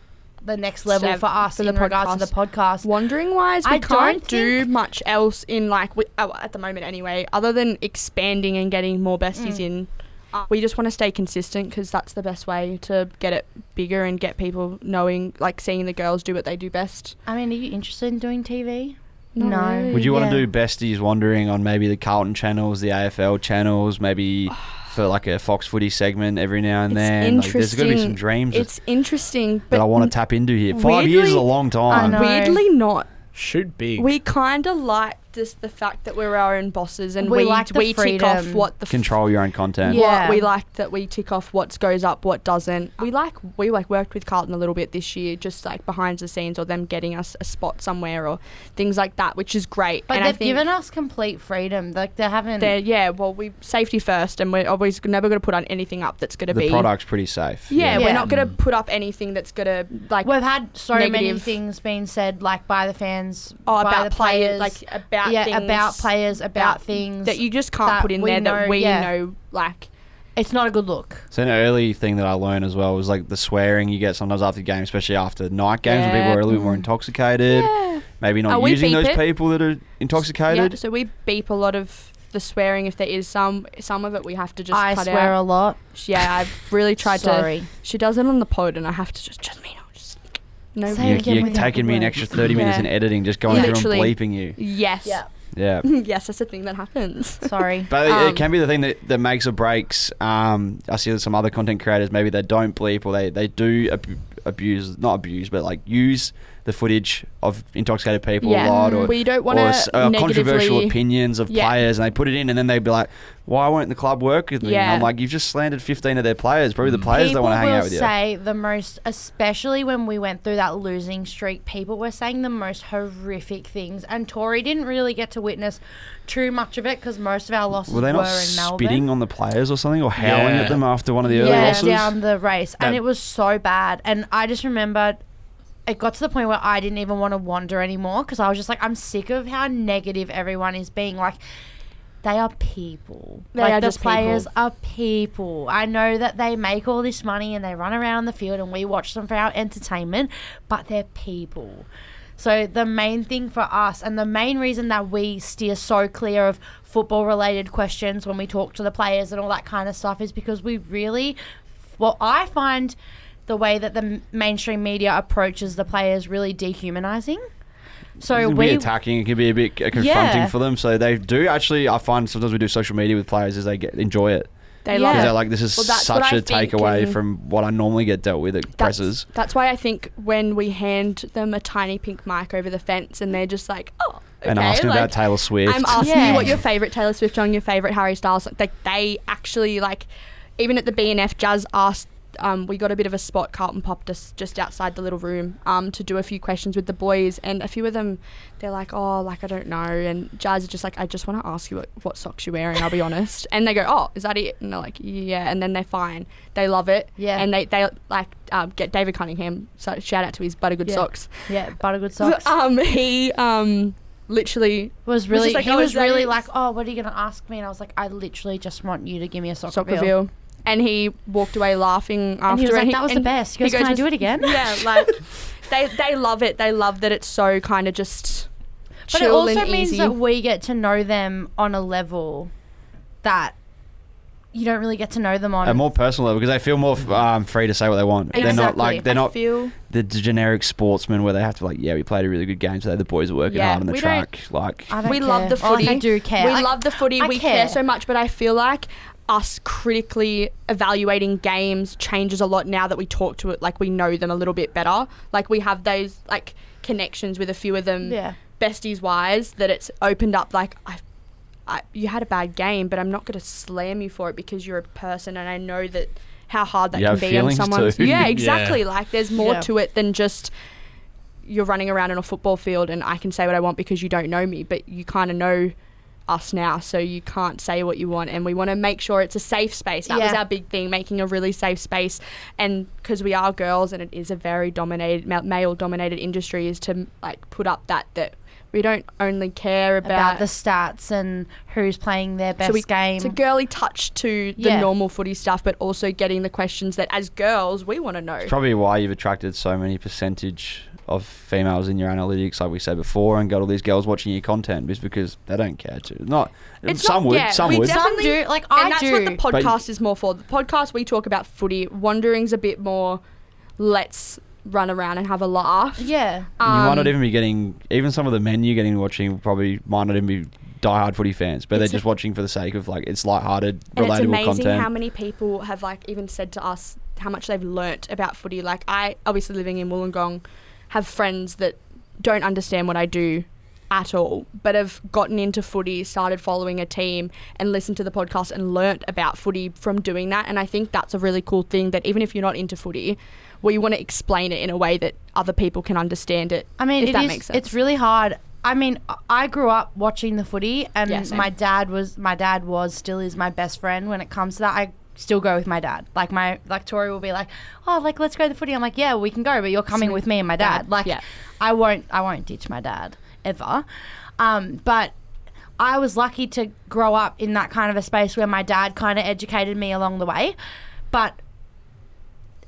S4: the next level
S3: Step
S4: for us
S3: for the
S4: in regards to the podcast.
S3: wandering wise, we
S4: I don't
S3: can't do
S4: think-
S3: much else in like we, oh, at the moment anyway, other than expanding and getting more
S4: Mm.
S3: besties in. Uh, We just want to stay consistent because that's the best way to get it bigger and get people knowing, like seeing the girls do what they do best.
S4: I mean, are you interested in doing TV?
S3: Not
S4: No.
S3: really.
S2: Would you want
S4: Yeah.
S2: to do besties wandering on maybe the Carlton channels, the AFL channels, maybe for like a Fox Footy segment every now and
S3: It's
S2: then? Like, there's going to be some
S3: interesting.
S2: dreams
S3: It's interesting, but
S2: that I want to tap into here. Five years is a
S3: weirdly-
S2: long
S4: I
S2: time.
S4: know.
S3: weirdly not.
S1: Shoot big.
S3: We kind of like just the fact that we're our own bosses and we
S4: We
S3: we,
S4: like the
S3: tick off
S4: freedom.
S3: what the f-
S2: Control your own content.
S4: Yeah.
S3: what we like that we tick off what goes up, what doesn't. We like we like worked with Carlton a little bit this year, just like behind the scenes or them getting us a spot somewhere or things like that, which is great.
S4: But
S3: and I
S4: they've
S3: think
S4: given us complete freedom. Like they haven't.
S3: they're- yeah, well we safety first, and we're always never going to put on anything up that's going to
S2: The
S3: be
S2: product's pretty safe.
S3: Yeah,
S4: Yeah.
S3: we're not going to put up anything that's going to like
S4: We've had so many
S3: Negative.
S4: things being said, like by the fans,
S3: oh,
S4: by the
S3: about
S4: players,
S3: like about
S4: yeah,
S3: things,
S4: about players, about things.
S3: that you just can't
S4: that
S3: put in
S4: we
S3: there that
S4: know-
S3: we
S4: yeah.
S3: know like
S4: it's not a good look.
S2: So an early thing that I learned as well was like the swearing you get sometimes after the game, especially after night games when people
S3: Yeah. Mm.
S2: are a little bit more intoxicated. Maybe
S3: Oh,
S2: not
S3: we
S2: using
S3: beep
S2: those
S3: it.
S2: people that are
S3: Yeah,
S2: intoxicated.
S3: so we beep a lot of the swearing if there is some. Some of it we have to just
S4: I
S3: cut
S4: swear
S3: out.
S4: a lot.
S3: Yeah, I've really tried
S4: Sorry.
S3: to. She does it on the pod, and I have to just just me know, just no.
S4: Say it
S2: You're,
S4: again
S2: you're
S4: without the
S2: taking me an
S4: word.
S2: extra 30 minutes
S3: Yeah.
S2: in editing, just going
S3: Yeah.
S2: through
S3: Literally.
S2: and bleeping you.
S3: Yes.
S2: Yeah.
S3: yes, that's a thing that happens.
S4: Sorry.
S2: But it-
S3: Um,
S2: it can be the thing that, that makes or breaks. Um, I see some other content creators, maybe they don't bleep or they, they do ab- abuse, not abuse, but like use the footage of intoxicated people a
S3: Yeah.
S2: lot, or,
S3: We don't want
S2: or s-
S3: to
S2: uh, controversial
S3: negatively.
S2: opinions of
S3: Yeah.
S2: players, and they put it in, and then they'd be like, "Why won't the club work with me?" And
S3: Yeah.
S2: I'm like, "You've just slandered 15 of their players. Probably the players that
S4: people
S2: want to hang
S4: will
S2: out with you."
S4: say the most, especially when we went through that losing streak. People were saying the most horrific things, and Tori didn't really get to witness too much of it because most of our losses
S2: Were
S4: were,
S2: they not
S4: in Melbourne.
S2: spitting on the players or something, or howling
S1: Yeah.
S2: at them after one of the early
S4: yeah,
S2: losses?
S4: down the race, and
S2: That-
S4: it was so bad. And I just remembered it got to the point where I didn't even want to wander anymore because I was just like, I'm sick of how negative everyone is being. Like, they are people.
S3: They
S4: like,
S3: are
S4: the
S3: just
S4: players
S3: people.
S4: are people. I know that they make all this money and they run around on the field and we watch them for our entertainment, but they're people. So the main thing for us and the main reason that we steer so clear of football related questions when we talk to the players and all that kind of stuff is because we really well I find the way that the m- mainstream media approaches the players really dehumanizing. So
S2: It can
S4: we
S2: be attacking. It can be a bit uh, confronting
S4: Yeah.
S2: for them. So they do actually. I find sometimes we do social media with players is they get enjoy it
S3: They
S4: Yeah.
S3: love
S2: because
S3: it.
S2: they're like, "This is
S3: Well, that's what
S2: such
S3: I
S2: a
S3: think
S2: takeaway
S3: and-
S2: from what I normally get dealt with at presses."
S3: That's why I think when we hand them a tiny pink mic over the fence and they're just like, oh, okay,
S2: And asking
S3: like,
S2: about Taylor Swift.
S3: I'm asking
S4: Yeah.
S3: you what your favorite Taylor Swift song, your favorite Harry Styles. song- Like they actually like, even at the BNF, Jazz asked. Um, we got a bit of a spot. Carlton popped us just outside the little room um, to do a few questions with the boys, and a few of them, they're like, "Oh, like I don't know," and Jazz is just like, "I just want to ask you what, what socks you're wearing." I'll be honest, and they go, "Oh, is that it?" And they're like, "Yeah," and then they're fine. They love it,
S4: Yeah.
S3: And they they like um, get David Cunningham. So shout out to his Buttergood
S4: Yeah.
S3: socks.
S4: yeah, Buttergood socks.
S3: Um, he um, literally
S4: was
S3: was
S4: really
S3: just like,
S4: he
S3: oh, is
S4: was
S3: that
S4: really
S3: it?
S4: like, oh, what are you gonna ask me? And I was like, I literally just want you to give me a soccer,
S3: Soccerville.
S4: bill.
S3: And he walked away laughing after.
S4: And he was like,
S3: and
S4: that was the
S3: and
S4: best. He
S3: he
S4: goes, can I
S3: goes,
S4: do it again?
S3: Yeah, like they they love it. They love that it's so kind of just
S4: But
S3: chill
S4: it also
S3: and
S4: means
S3: easy.
S4: that we get to know them on a level that you don't really get to know them on.
S2: a more personal level because they feel more f- um, free to say what they want. They're not
S4: Exactly.
S2: like they're
S3: I
S2: not
S3: feel
S2: the d- generic sportsmen where they have to like, yeah, we played a really good game today. The boys are working
S3: Yeah,
S2: hard on the
S3: we don't-
S2: track. Like,
S4: I don't
S3: we
S4: care.
S3: love the
S4: Or, like, I
S3: footy.
S4: do care.
S3: we
S4: Like,
S3: love the footy.
S4: I
S3: we care.
S4: care.
S3: so much, but I feel like us critically evaluating games changes a lot now that we talk to it. Like we know them a little bit better. Like we have those like connections with a few of them.
S4: Yeah.
S3: besties wise that it's opened up like I, I you had a bad game but I'm not going to slam you for it because you're a person and I know that how hard that
S2: You
S3: can
S2: have
S3: be on
S2: feelings
S3: someone
S2: too.
S3: yeah
S2: Yeah.
S3: exactly like there's more
S4: Yeah.
S3: to it than just you're running around on a football field and I can say what I want because you don't know me but you kind of know us now so you can't say what you want and we want to make sure it's a safe space that was
S4: Yeah.
S3: our big thing making a really safe space and because we are girls and it is a very dominated male dominated industry is to like put up that that we don't only care about,
S4: about the stats and who's playing their best
S3: so we,
S4: game.
S3: it's a girly touch to the
S4: Yeah.
S3: normal footy stuff but also getting the questions that as girls we want to know
S2: It's probably why you've attracted so many percentage of females in your analytics, like we said before, and got all these girls watching your content, is because they don't care to. Not
S3: It's
S2: some
S3: not-
S2: would,
S3: yeah,
S2: some
S3: we
S2: would.
S3: def-
S4: some
S3: definitely-
S4: do like I
S3: and that's
S4: do.
S3: what the
S2: But-
S3: podcast is more for. The podcast we talk about footy. Wandering's a bit more. Let's run around and have a laugh.
S4: yeah.
S2: you might
S3: Um,
S2: not even be getting, even some of the men you're getting watching probably might not even be diehard footy fans, but they're
S3: It's a-
S2: just watching for the sake of like it's lighthearted,
S3: and
S2: relatable
S3: it's amazing
S2: content.
S3: how many people have like even said to us how much they've learnt about footy. Like I, obviously living in Wollongong, have friends that don't understand what I do at all, but have gotten into footy, started following a team, and listened to the podcast and learnt about footy from doing that. And I think that's a really cool thing that even if you're not into footy, we want to explain it in a way that other people can understand it.
S4: I mean,
S3: if
S4: it
S3: that
S4: is-
S3: makes sense.
S4: It's really hard. I mean, I grew up watching the footy, and
S3: Yeah, same.
S4: my dad was my dad was still is my best friend when it comes to that. I still go with my dad. Like my like Tori will be like, oh, like let's go to the footy. I'm like, yeah, we can go, but you're coming with me and my dad.
S3: Dad,
S4: Like,
S3: yeah.
S4: I won't I won't ditch my dad ever. Um, but I was lucky to grow up in that kind of a space where my dad kind of educated me along the way, but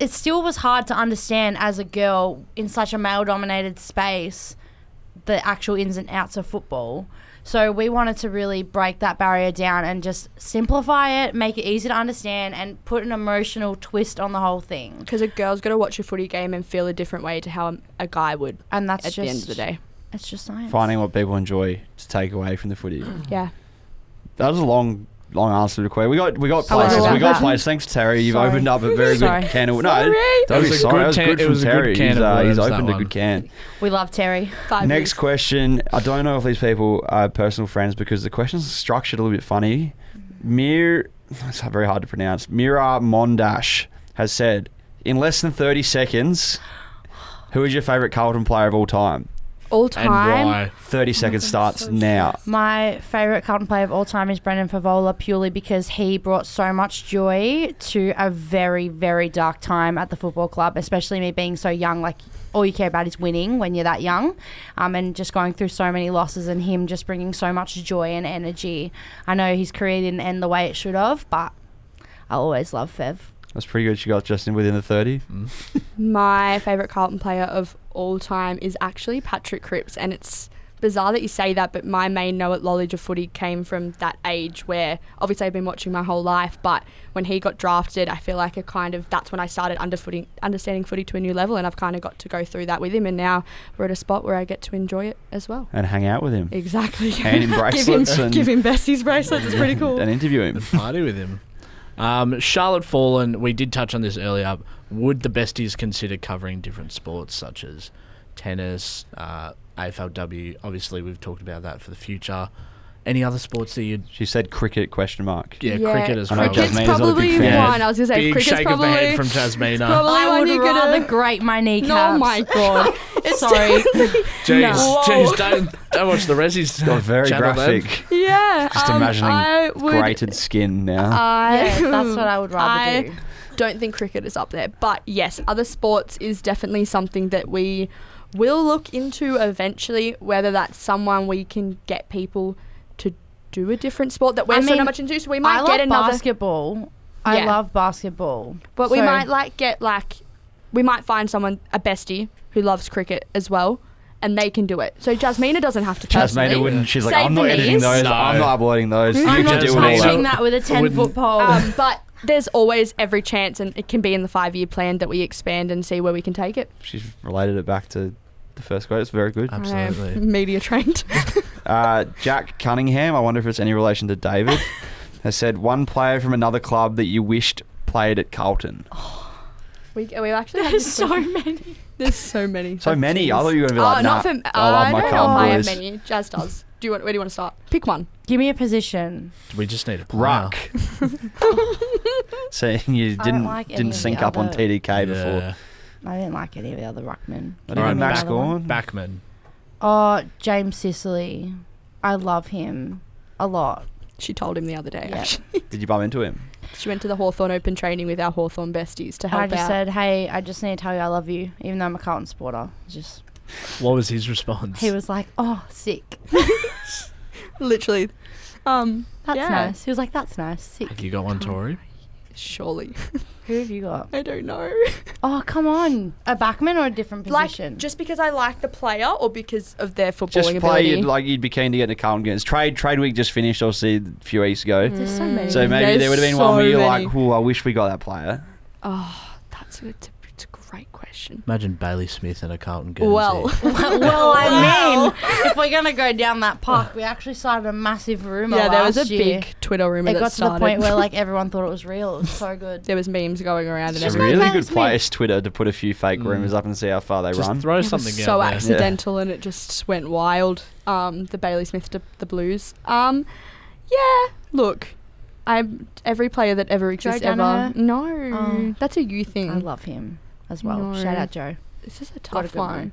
S4: it still was hard to understand as a girl in such a male dominated space the actual ins and outs of football. So we wanted to really break that barrier down and just simplify it, make it easy to understand, and put an emotional twist on the whole thing.
S3: because a girl's got to watch a footy game and feel a different way to how a- a guy would
S4: And that's
S3: at
S4: just
S3: the end of the day.
S4: It's just science.
S2: Finding what people enjoy to take away from the footy.
S3: Yeah.
S2: That was a long long answer to the query. We got we got
S4: I wasn't
S2: places.
S4: aware
S2: We
S4: of
S2: got
S4: that.
S2: places. Thanks, Terry. You've
S4: Sorry.
S2: opened up a very
S4: Sorry.
S2: good can. Of, no, that
S1: That
S2: was
S1: was a
S2: sorry.
S1: good
S2: That was
S1: can-
S2: good
S1: it
S2: from
S1: was a good
S2: Terry.
S1: can
S2: He's,
S1: of
S2: uh, he's
S1: worms, that
S2: opened a
S1: one.
S2: good can.
S4: We love Terry.
S3: Five
S2: Next
S3: minutes.
S2: question. I don't know if these people are personal friends because the question's structured a little bit funny. Mir, it's very hard to pronounce. Mira Mondash has said, in less than 30 seconds, who is your favourite Carlton player of all time?
S3: all
S1: And
S3: time.
S1: why?
S2: 30 seconds
S3: I'm
S2: starts
S3: so
S2: now.
S4: My favourite Carlton player of all time is Brendan Favola purely because he brought so much joy to a very, very dark time at the football club, especially me being so young. Like, all you care about is winning when you're that young um, and just going through so many losses and him just bringing so much joy and energy. I know his career didn't end the way it should have, but I'll always love Fev.
S2: That's pretty good. She got Justin within the 30.
S3: My favourite Carlton player of all time is actually Patrick Cripps, and it's bizarre that you say that, but my main know it knowledge of footy came from that age where obviously I've been watching my whole life, but when he got drafted, I feel like a kind of that's when I started under footy, understanding footy to a new level, and I've kind of got to go through that with him, and now we're at a spot where I get to enjoy it as well.
S2: And hang out with him.
S3: Exactly.
S2: Hand him
S3: give him,
S2: bracelets and-
S3: give him Bessie's bracelets. It's pretty cool.
S2: And interview him.
S1: Party with him. Um, Charlotte Fallen, we did touch on this earlier. Would the besties consider covering different sports such as tennis, uh, AFLW? Obviously, we've talked about that for the future. Any other sports that you'd.
S2: She said cricket question mark.
S1: Yeah, cricket as
S2: I know
S1: well.
S3: Cricket's
S2: Jasmine's not a
S3: probably
S2: big fan.
S3: one. I was going to say,
S1: Big
S3: cricket's
S1: shake
S3: probably.
S1: of the head from Jasmina.
S3: probably
S4: I
S3: one
S4: would
S3: you're gonna-
S4: rather grate my kneecaps.
S3: No, Oh my God. It's
S4: Sorry.
S1: Jeez,
S3: No.
S1: jeez, don't, don't watch the resis.
S2: Got very
S1: Channel them.
S2: graphic.
S3: Yeah.
S2: Just
S3: um,
S2: imagining
S3: I would, uh,
S2: Grated skin now.
S3: I
S4: Yeah, that's what I would rather
S3: I
S4: do.
S3: don't think cricket is up there, but yes, other sports is definitely something that we will look into eventually. Whether that's someone we can get people to do a different sport that we're
S4: I
S3: so
S4: mean,
S3: much into, so we
S4: I
S3: might
S4: love
S3: get another.
S4: basketball. I
S3: Yeah.
S4: love basketball.
S3: But we
S4: So-
S3: might like get like we might find someone a bestie who loves cricket as well, and they can do it. So Jasmina doesn't have to. personally.
S2: Jasmina wouldn't. She's like,
S3: Save
S2: I'm not
S3: the
S2: editing
S3: knees.
S2: those.
S1: No.
S2: I'm not uploading those.
S1: I'm
S2: you
S1: not
S2: can
S1: do it
S2: deal with all
S1: touching
S2: that.
S1: that
S4: with a
S1: wouldn't-
S4: pole.
S3: Um, but there's always every chance, and it can be in the five year plan that we expand and see where we can take it.
S2: She's related it back to the first quote. It's very good.
S3: I am
S1: Absolutely.
S3: media trained.
S2: Uh, Jack Cunningham, I wonder if it's any relation to David, has said one player from another club that you wished played at Carlton.
S3: we, we actually have
S4: There's
S3: this
S4: so
S3: question.
S4: many.
S3: There's so many.
S2: So many. I thought you were going to be like,
S3: oh,
S2: nah,
S3: not for.
S2: I love
S3: I
S2: my
S3: don't know if I
S2: Carlton
S3: have
S2: boys.
S3: many. Jazz does. Do you want? Where do you want to start? Pick one.
S4: Give me a position.
S1: We just need a player.
S2: Ruck. Saying you
S4: don't
S2: didn't
S4: like any
S2: didn't
S4: of the
S2: sync up on
S4: other-
S2: TDK before.
S1: Yeah.
S4: I didn't like any of the other ruckmen.
S2: Not
S1: All right,
S2: even Max
S4: Another one.
S2: Gorn.
S1: Backman.
S4: Oh, James Sicily. I love him a lot.
S3: She told him the other day.
S4: Yeah.
S3: Actually,
S2: Did you bump into him?
S3: she went to the Hawthorn Open training with our Hawthorn besties to help
S4: I just
S3: out.
S4: said, hey, I just need to tell you I love you, even though I'm a Carlton supporter. Just
S1: What was his response?
S4: he was like, oh, sick.
S3: Literally. Um.
S4: That's
S3: Yeah.
S4: nice. He was like, that's nice, sick.
S1: Have you got one, Tori?
S3: Surely.
S4: Who have you got?
S3: I don't know.
S4: Oh, come on, a backman or a different position?
S3: Like just because I like the player, or because of their footballing
S2: Just play
S3: ability.
S2: you'd, like you'd be keen to get into Carlton games. Trade trade week just finished, obviously a few weeks ago.
S4: There's so many.
S2: So maybe
S3: Mm, There's
S2: there would have been
S3: so
S2: one where you're
S3: many.
S2: like, "Oh, I wish we got that player."
S3: oh, that's a, it's a, it's a great question.
S1: Imagine Bailey Smith and a Carlton Guernsey.
S3: Well.
S4: well, I mean, if we're gonna go down that path, we actually started a massive rumor.
S3: Yeah, there was a
S4: last year.
S3: big Twitter rumor
S4: It
S3: that
S4: got to the
S3: started.
S4: point where like everyone thought it was real. It was so good.
S3: there was memes going around and
S2: It's a
S3: everything.
S2: really
S4: Bailey
S2: good
S4: Smith.
S2: place, Twitter, to put a few fake
S3: Mm.
S2: rumors up and see how far they
S1: Just
S2: run.
S1: throw
S3: It
S1: something
S3: was so
S1: out there.
S3: accidental and it just went wild. Um, the Bailey Smith to the Blues. Um, yeah, look, I'm every player that ever exists ever.
S4: Danaher?
S3: No,
S4: Oh.
S3: that's a you thing.
S4: I love him as well.
S3: No.
S4: Shout out Joe.
S3: this is a
S4: Got a
S3: tough
S4: good
S3: one.
S4: one.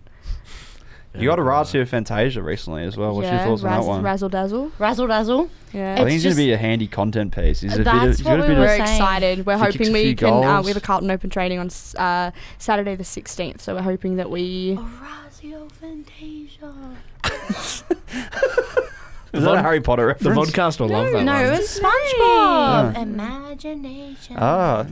S2: You got a Ratio Fantasia recently as well. Oh, What's
S3: yeah,
S2: your thoughts on
S3: raz-
S2: that one?
S3: Razzle dazzle.
S4: Razzle dazzle.
S3: Yeah.
S2: I think
S4: It's
S2: it's going
S4: just-
S2: to be a handy content piece. He's a bit of,
S4: That's
S2: he's
S4: what
S2: got a
S4: we
S2: bit
S4: were
S2: of
S3: we're
S4: saying.
S3: excited. We're
S2: If he kicks
S3: hoping
S2: a
S3: we
S2: few
S3: can. Uh,
S2: goals.
S3: we have a Carlton Open training on s- uh, Saturday the 16th, so we're hoping that we.
S4: Orazio Fantasia.
S2: Is that a Harry Potter
S1: The
S2: reference?
S1: podcast will love that
S4: no,
S1: one.
S4: it was SpongeBob.
S2: Yeah.
S4: Imagination.
S2: Ah.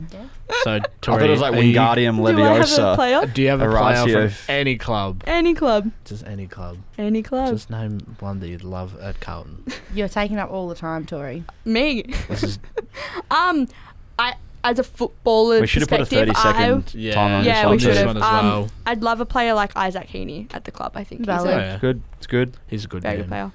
S1: So,
S2: I
S1: Tori,
S2: thought it was like
S1: are you-
S2: Wingardium
S3: Do I have a
S2: Leviosa.
S3: player?
S1: Do you have a player
S2: Horatio.
S1: from any club?
S3: Any club,
S1: Just any club.
S3: any club.
S1: Just name one that you'd love at Carlton.
S4: You're taking up all the time, Tori.
S3: Me.
S1: This is
S3: Um, I as a footballer
S2: We should have put a
S3: perspective,
S2: 30 second
S1: yeah.
S2: time on
S3: I, yeah,
S2: this one.
S3: we
S1: This
S3: should
S1: one
S3: have.
S1: as
S3: Um,
S1: well. Oh,
S3: I'd love a player like Isaac Heaney at the club. I think he's
S4: Valid.
S3: a
S1: yeah,
S2: Good. It's good.
S1: he's a good
S3: very
S1: man.
S3: good player.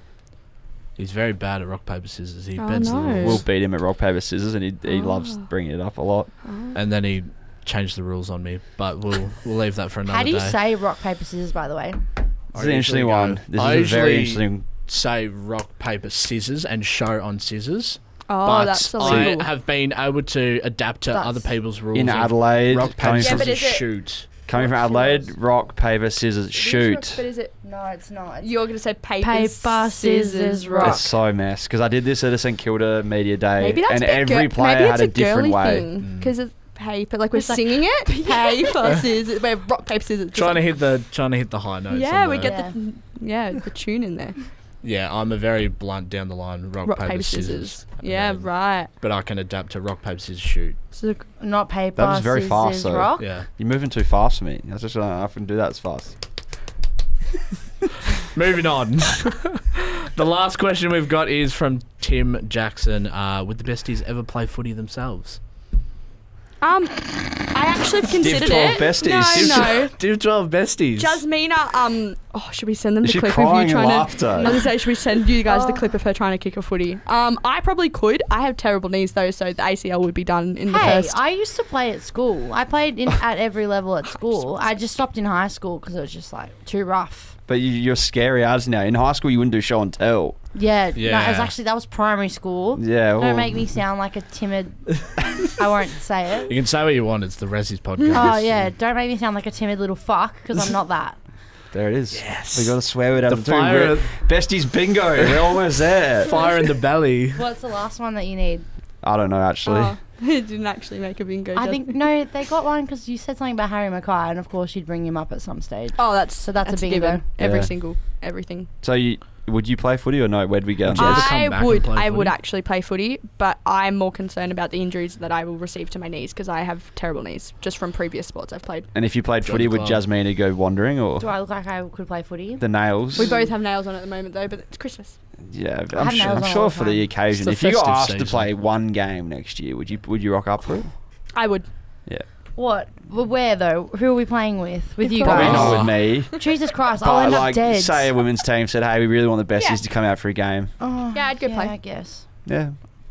S1: He's very bad at rock paper scissors. He
S3: Oh,
S1: bends the
S3: no.
S1: rules,
S2: We'll beat him at rock paper scissors, and he, he loves
S3: Ah.
S2: bringing it up a lot.
S1: and then he changed the rules on me. But we'll we'll leave that for another
S4: How do you
S1: day.
S4: say rock paper scissors? By the way,
S2: This
S1: I
S2: is an
S1: usually
S2: interesting
S1: go-
S2: one. This
S1: I
S2: is a very
S1: usually
S2: interesting.
S1: Say rock paper scissors and show on scissors.
S3: Oh,
S1: but
S3: that's
S1: I
S3: illegal.
S1: have been able to adapt to
S4: That's-
S1: other people's rules.
S2: In
S1: of
S2: Adelaide,
S1: rock paper
S2: coming
S3: Yeah,
S2: from,
S3: but
S1: scissors
S3: is it-
S1: shoot.
S2: coming from
S4: Rock,
S2: Adelaide,
S4: scissors.
S2: rock paper scissors shoot.
S3: But is it?
S4: no, it's not. It's-
S3: You're gonna say paper,
S4: Paper, scissors, rock.
S2: It's so mess because I did this at a St Kilda media day,
S3: Maybe that's
S2: and
S3: a bit
S2: every
S3: gir-
S2: player
S3: maybe
S2: had
S3: it's
S2: a different way. Mm.
S3: because it's paper. Like we're
S4: It's like-
S3: singing it. Paper scissors. We're rock paper scissors. It's
S1: Trying to
S3: like-
S1: hit the trying to hit the high notes.
S3: Yeah,
S1: on
S3: we
S1: the-
S3: get the yeah the tune in there.
S1: Yeah, I'm a very blunt down the line rock, Oh, paper, scissors.
S3: Yeah,
S1: Um,
S3: right.
S1: But I can adapt to rock paper scissors shoot.
S3: So the
S4: not paper.
S2: That was very
S4: scissors,
S2: fast, though.
S4: rock.
S1: Yeah,
S2: You're moving too fast for me. That's just I couldn't do that as fast.
S1: moving on. the last question we've got is from Tim Jackson. Uh, would the besties ever play footy themselves?
S3: Um, I actually have considered
S2: 12
S3: it.
S2: besties.
S3: No, no.
S1: Div 12 besties.
S3: Jasmina, um, oh, should we send them the
S2: Is she
S3: clip
S2: crying
S3: of you
S2: in
S3: trying
S2: laughter?
S3: to? I was gonna say, should we send you guys the
S4: Oh.
S3: clip of her trying to kick a footy? Um, I probably could. I have terrible knees though, so the ACL would be done in the
S4: Hey,
S3: first.
S4: I used to play at school. I played in at every level at school. I just stopped in high school because it was just like too rough.
S2: But you, you're scary as now. In high school, you wouldn't do show and tell.
S4: Yeah, No, it was
S1: Yeah.
S4: actually that was primary school.
S2: Yeah, oh, well-
S4: Don't make me sound like a timid. I won't say it.
S1: You can say what you want. It's the Resi's
S2: Mm,
S1: podcast.
S4: Oh yeah, don't make me sound like a timid little fuck because I'm not that.
S2: There it is.
S1: Yes.
S2: We got to swear it out.
S1: The
S2: of
S1: fire-
S2: Besties bingo. We're almost there.
S1: Fire in the belly.
S4: What's the last one that you need?
S2: I don't know, actually.
S3: Oh, it didn't actually make a bingo.
S4: I
S3: Jas-
S4: think no, they got one because you said something about Harry Mackay, and of course you'd bring him up at some stage.
S3: Oh, that's
S4: So that's a bingo.
S3: given. Every
S2: Yeah.
S3: single everything.
S2: So, you, would you play footy or no? Where'd we go?
S1: Would you ever come back
S3: I
S1: and
S3: would,
S1: play
S3: I would
S1: footy?
S3: actually play footy, but I'm more concerned about the injuries that I will receive to my knees because I have terrible knees just from previous sports I've played.
S2: And if you played
S1: Join
S2: footy,
S1: the
S2: would
S1: club.
S2: Jasmine go wandering or
S4: Do I look like I could play footy?
S2: the nails?
S3: We both have nails on at the moment though, but it's Christmas.
S2: yeah,
S4: I
S2: I'm
S4: have
S2: sure,
S4: nails
S2: I'm
S4: on
S2: sure
S4: all
S2: for
S4: the
S2: the
S4: time.
S2: occasion.
S1: the
S2: if you got
S1: festive
S2: asked to
S1: season.
S2: play one game next year, would you would you rock up for it?
S3: I would.
S2: Yeah,
S4: What? Well, Where though? Who are we playing with? With you
S2: probably
S4: guys?
S2: not with me.
S4: Jesus Christ! I'll
S2: But
S4: end
S2: like,
S4: up dead.
S2: say a women's team said, "Hey, we really want the besties
S3: Yeah.
S2: to come out for a game."
S4: Oh,
S3: Yeah, I'd go play.
S4: I guess.
S2: Yeah,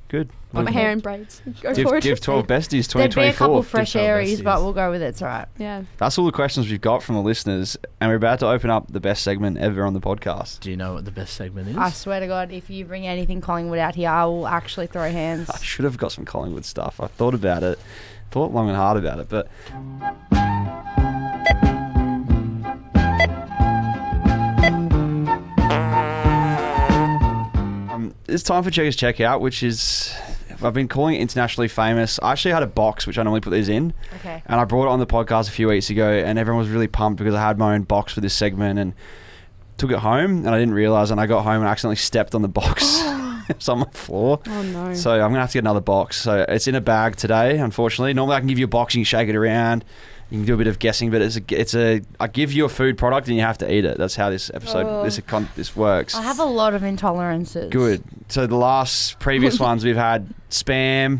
S2: good.
S3: Put my hair in braids. Go for
S2: Give,
S3: it.
S2: give twelve besties
S4: There'd be a couple
S2: 2024.
S4: fresh
S1: Different
S4: Aries, but
S1: besties.
S4: we'll go with it. It's all right.
S3: Yeah.
S2: That's all the questions we've got from the listeners, and we're about to open up the best segment ever on the podcast.
S1: Do you know what the best segment is?
S4: I swear to God, if you bring anything Collingwood out here, I will actually throw hands.
S2: I should have got some Collingwood stuff. I thought about it, thought long and hard about it, but um, it's time for Checkers Checkout, which is I've been calling it internationally famous. I actually had a box which I normally put these in,
S4: Okay.
S2: and I brought it on the podcast a few weeks ago, and everyone was really pumped because I had my own box for this segment and took it home, and I didn't realize, and I got home and accidentally stepped on the box. it's on my floor.
S3: Oh no.
S2: So I'm gonna have to get another box. So it's in a bag today, unfortunately. Normally I can give you a box and you shake it around. You can do a bit of guessing, but it's a it's a I give you a food product and you have to eat it. That's how this episode
S3: Oh.
S2: this con- this works.
S4: I have a lot of intolerances.
S2: Good. So the last previous ones we've had spam,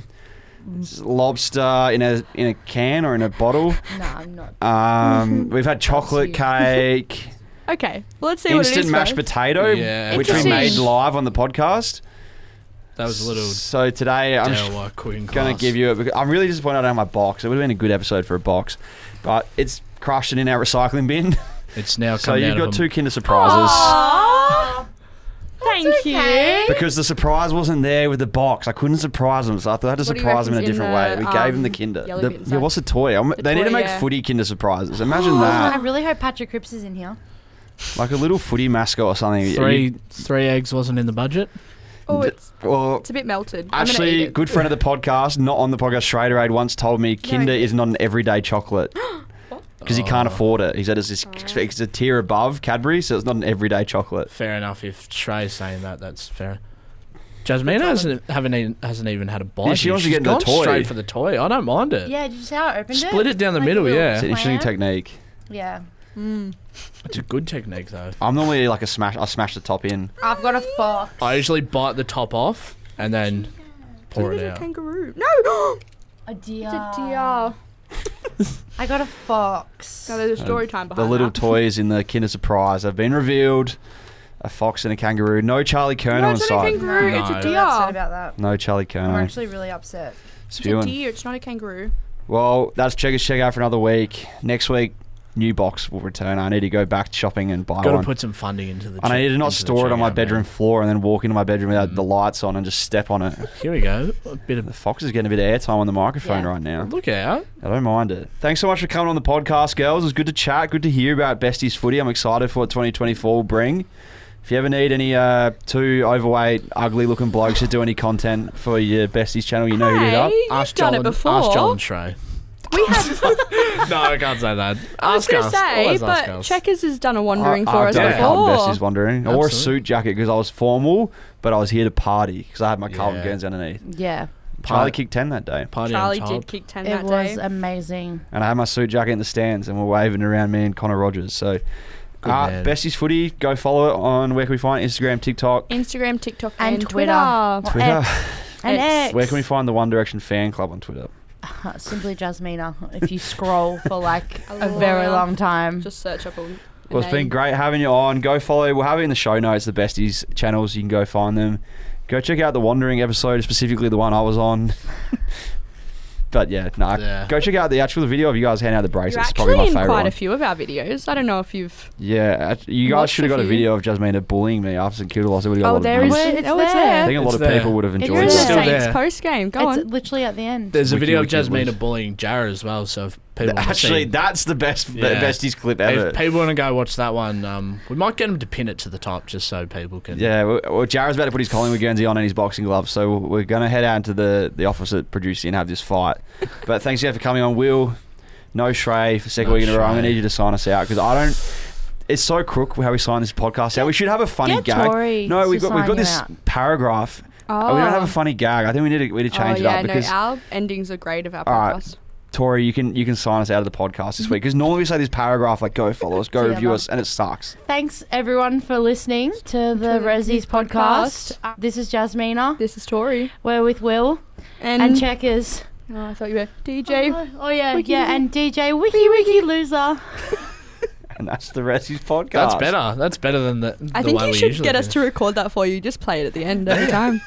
S2: s- lobster in a in a can or in a bottle.
S4: No, I'm not.
S2: Um, we've had chocolate
S4: you.
S2: cake,
S3: okay. Well, let's see what it
S2: instant
S3: is.
S2: mashed
S3: first.
S2: potato,
S1: Yeah.
S2: which we
S3: Interesting.
S2: made live on the podcast.
S1: That was a little
S2: So today I'm sh-
S1: DIY quitting class.
S2: gonna give you it. because I'm really disappointed I don't have my box. It would have been a good episode for a box, but it's crushed it in our recycling bin.
S1: It's now
S2: so
S1: coming
S2: you've
S1: out
S2: got
S1: of
S2: two Kinder surprises.
S3: Aw. Thank you.
S2: Because the surprise wasn't there with the box, I couldn't surprise them, so I thought I had to
S3: What do you
S2: surprise them in a
S3: reckon's
S2: different
S3: in
S2: way.
S3: the,
S2: We gave them the
S3: um,
S2: Kinder.
S3: yellow
S2: The-
S3: bits,
S2: yeah,
S3: no?
S2: what's a toy? I'm,
S3: The
S2: they need to
S3: toy,
S2: make
S3: yeah. Oh,
S2: footy Kinder surprises. Imagine
S4: Oh, I
S2: that,
S4: really hope Patrick Cripps is in here.
S2: like a little footy mascot or something. You-
S1: Three three eggs wasn't in the budget.
S3: Oh, it's,
S2: Or
S3: it's a bit melted. I'm gonna eat
S2: Actually,
S3: it.
S2: good friend of the podcast, not on the podcast, Schrader Aid once told me Kinder
S3: he-
S2: is not an everyday chocolate. Because he can't
S1: Oh.
S2: afford it. He said it's, this, it's a tier above Cadbury, so it's not an everyday chocolate.
S1: Fair enough. If Trey's saying that, that's fair. Jasmine hasn't haven't even, hasn't even had a bite.
S2: uh, Yeah, she wants to
S1: She's
S2: get the
S1: gone
S2: toy.
S1: straight for the toy. I don't mind it.
S4: Yeah, did you see how I opened it?
S1: Split it down the
S4: Like a
S1: middle,
S4: little
S1: yeah.
S2: It's an interesting
S4: plant.
S2: technique.
S4: Yeah.
S3: Mm.
S1: It's a good technique though.
S2: I'm normally like a smash. I smash the top in.
S4: I've got a fox.
S1: I usually bite the top off and then pour it
S3: Little
S1: out.
S3: kangaroo. No.
S4: A deer.
S3: it's a deer.
S4: I got a fox.
S1: Uh,
S3: No, there's a story time behind
S2: The little
S3: that.
S2: toys in the Kinder Surprise have been revealed. a fox and a kangaroo. No Charlie Kerno
S3: no, it's not a
S2: inside.
S3: kangaroo.
S1: No.
S3: It's a
S1: I'm
S4: Really upset
S3: deer.
S4: about that.
S2: No Charlie
S4: I'm
S2: Kerno.
S4: actually really upset.
S3: It's a
S2: Spewing.
S3: deer. It's not a kangaroo.
S2: Well, that's Checkers Check Out for another week. Next week, new box will return. I need to go back shopping and buy
S1: Got to
S2: one.
S1: put some funding into the.
S2: and I
S1: check-
S2: need to not
S1: into the
S2: store it on my
S1: checkout,
S2: bedroom
S1: man.
S2: floor and then walk into my bedroom without
S1: Mm.
S2: the lights on and just step on it.
S1: Here we go. A bit
S2: The
S1: of
S2: fox is getting a bit of airtime on the microphone
S4: Yeah.
S2: right now.
S1: look out.
S2: I don't mind it. Thanks so much for coming on the podcast, girls. It was good to chat. Good to hear about Besties Footy. I'm excited for what 2024 will bring. If you ever need any uh, two overweight, ugly looking blokes to do any content for your Besties channel, you know who to hit
S3: Hey,
S2: up.
S3: you've
S1: ask
S3: done
S1: Joel
S3: it
S1: and-
S3: before.
S1: Ask Joel and Trey.
S3: We had.
S1: no, I can't say that.
S3: I was
S1: ask
S3: going to
S1: us.
S3: say,
S1: Always ask
S3: but
S1: us.
S3: Checkers has done a wandering
S2: I-
S3: for
S2: I've
S3: us
S2: done a carlton
S3: before.
S2: Besties wandering. I wore a
S1: Absolutely.
S2: suit jacket because I was formal, but I was here to party because I had my Carlton
S1: Yeah.
S2: Guerns underneath.
S4: Yeah,
S2: Charlie
S1: Charlie
S2: kicked 10 that day.
S1: Party
S3: Charlie
S1: on
S3: did
S1: top.
S3: kick ten
S4: it
S3: that
S4: was
S3: day.
S4: amazing.
S2: and I had my suit jacket in the stands and we're waving around me and Connor Rogers. So, uh,
S1: man.
S2: Besties Footy, go follow it on where can we find it? Instagram, TikTok,
S3: Instagram, TikTok, uh, and,
S4: And Twitter.
S3: Twitter.
S4: Well,
S2: Twitter.
S4: X. And
S3: X.
S4: X.
S2: Where can we find the One Direction fan club on Twitter?
S4: Uh, Simply Jasmina. If you scroll for like
S3: A
S4: a very
S3: lot.
S4: long time.
S3: Just search up all.
S2: Well, it's been great having you on. Go follow. We'll have it in the show notes, the Besties channels. You can go find them. Go check out the Wandering episode, specifically the one I was on. but yeah, no.
S1: Yeah.
S2: Go check out the actual video of you guys handing out the bracelets.
S3: You're
S2: It's probably my
S3: actually in
S2: favorite
S3: quite
S2: one.
S3: a few of our videos. I don't know if you've.
S2: yeah, act- you guys
S3: Watch
S2: should have got
S3: the
S2: a
S3: few.
S2: video of Jasmina bullying me after St Kilda lost. It would have got a
S3: Oh,
S2: lot
S3: there
S2: of
S3: is.
S2: views.
S4: Well,
S3: it-
S4: it's
S3: Oh, it's
S4: there.
S2: I
S3: there.
S2: think a lot
S1: It's
S2: of
S1: there.
S2: people would have
S4: It's
S2: enjoyed
S3: You're
S2: that.
S3: in the
S1: Still there.
S3: Saints post game. Go
S4: it's
S3: on.
S4: literally at the end.
S1: There's a
S2: Wiki
S1: video of
S2: Wiki
S1: Jasmina
S2: Wiki.
S1: bullying Jarrah as well. So if people wanna see-
S2: Actually, that's the best, the
S1: Yeah.
S2: besties clip ever.
S1: if people want to go watch that one, um, we might get them to pin it to the top just so people can.
S2: Yeah, well, well, Jarrah's about to put his Collingwood Guernsey on and his boxing gloves, so we're- we're going to head out into the, the office at Producing and have this fight. but thanks again for coming on, Will. No Shrey for second
S1: No
S2: week in a row. I'm going to
S1: Shrey.
S2: need you to sign us out because I don't. It's so crook how we sign this podcast out. We should have a funny
S4: Get
S2: gag.
S4: Tory
S2: No,
S4: to
S2: we've got, we've
S4: sign
S2: got
S4: you
S2: this
S4: out.
S2: paragraph.
S3: Oh.
S2: We don't have a funny gag. I think we need to, we need to change
S3: oh,
S2: it
S3: yeah,
S2: up because.
S3: no, our endings are great of our
S2: All right.
S3: podcast.
S2: Tori, you can you can sign us out of the podcast this week because normally we say this paragraph like go follow us, go
S4: Yeah,
S2: review
S4: but-
S2: us, and it sucks.
S4: Thanks everyone for listening to the Rosie's podcast. Uh, This is Jasmina.
S3: This is Tori
S4: We're with Will
S3: and,
S4: and Checkers.
S3: oh, I thought you were DJ.
S4: Oh, oh, yeah,
S3: Wiki
S4: yeah,
S3: Wiki.
S4: and DJ Wiki Wiki Loser.
S2: And that's the rest of his podcast.
S1: That's better. That's better than the.
S3: I
S1: the
S3: think
S1: way
S3: you
S1: we
S3: should
S1: usually
S3: get us
S1: do it.
S3: to record that for you. Just play it at the end every time.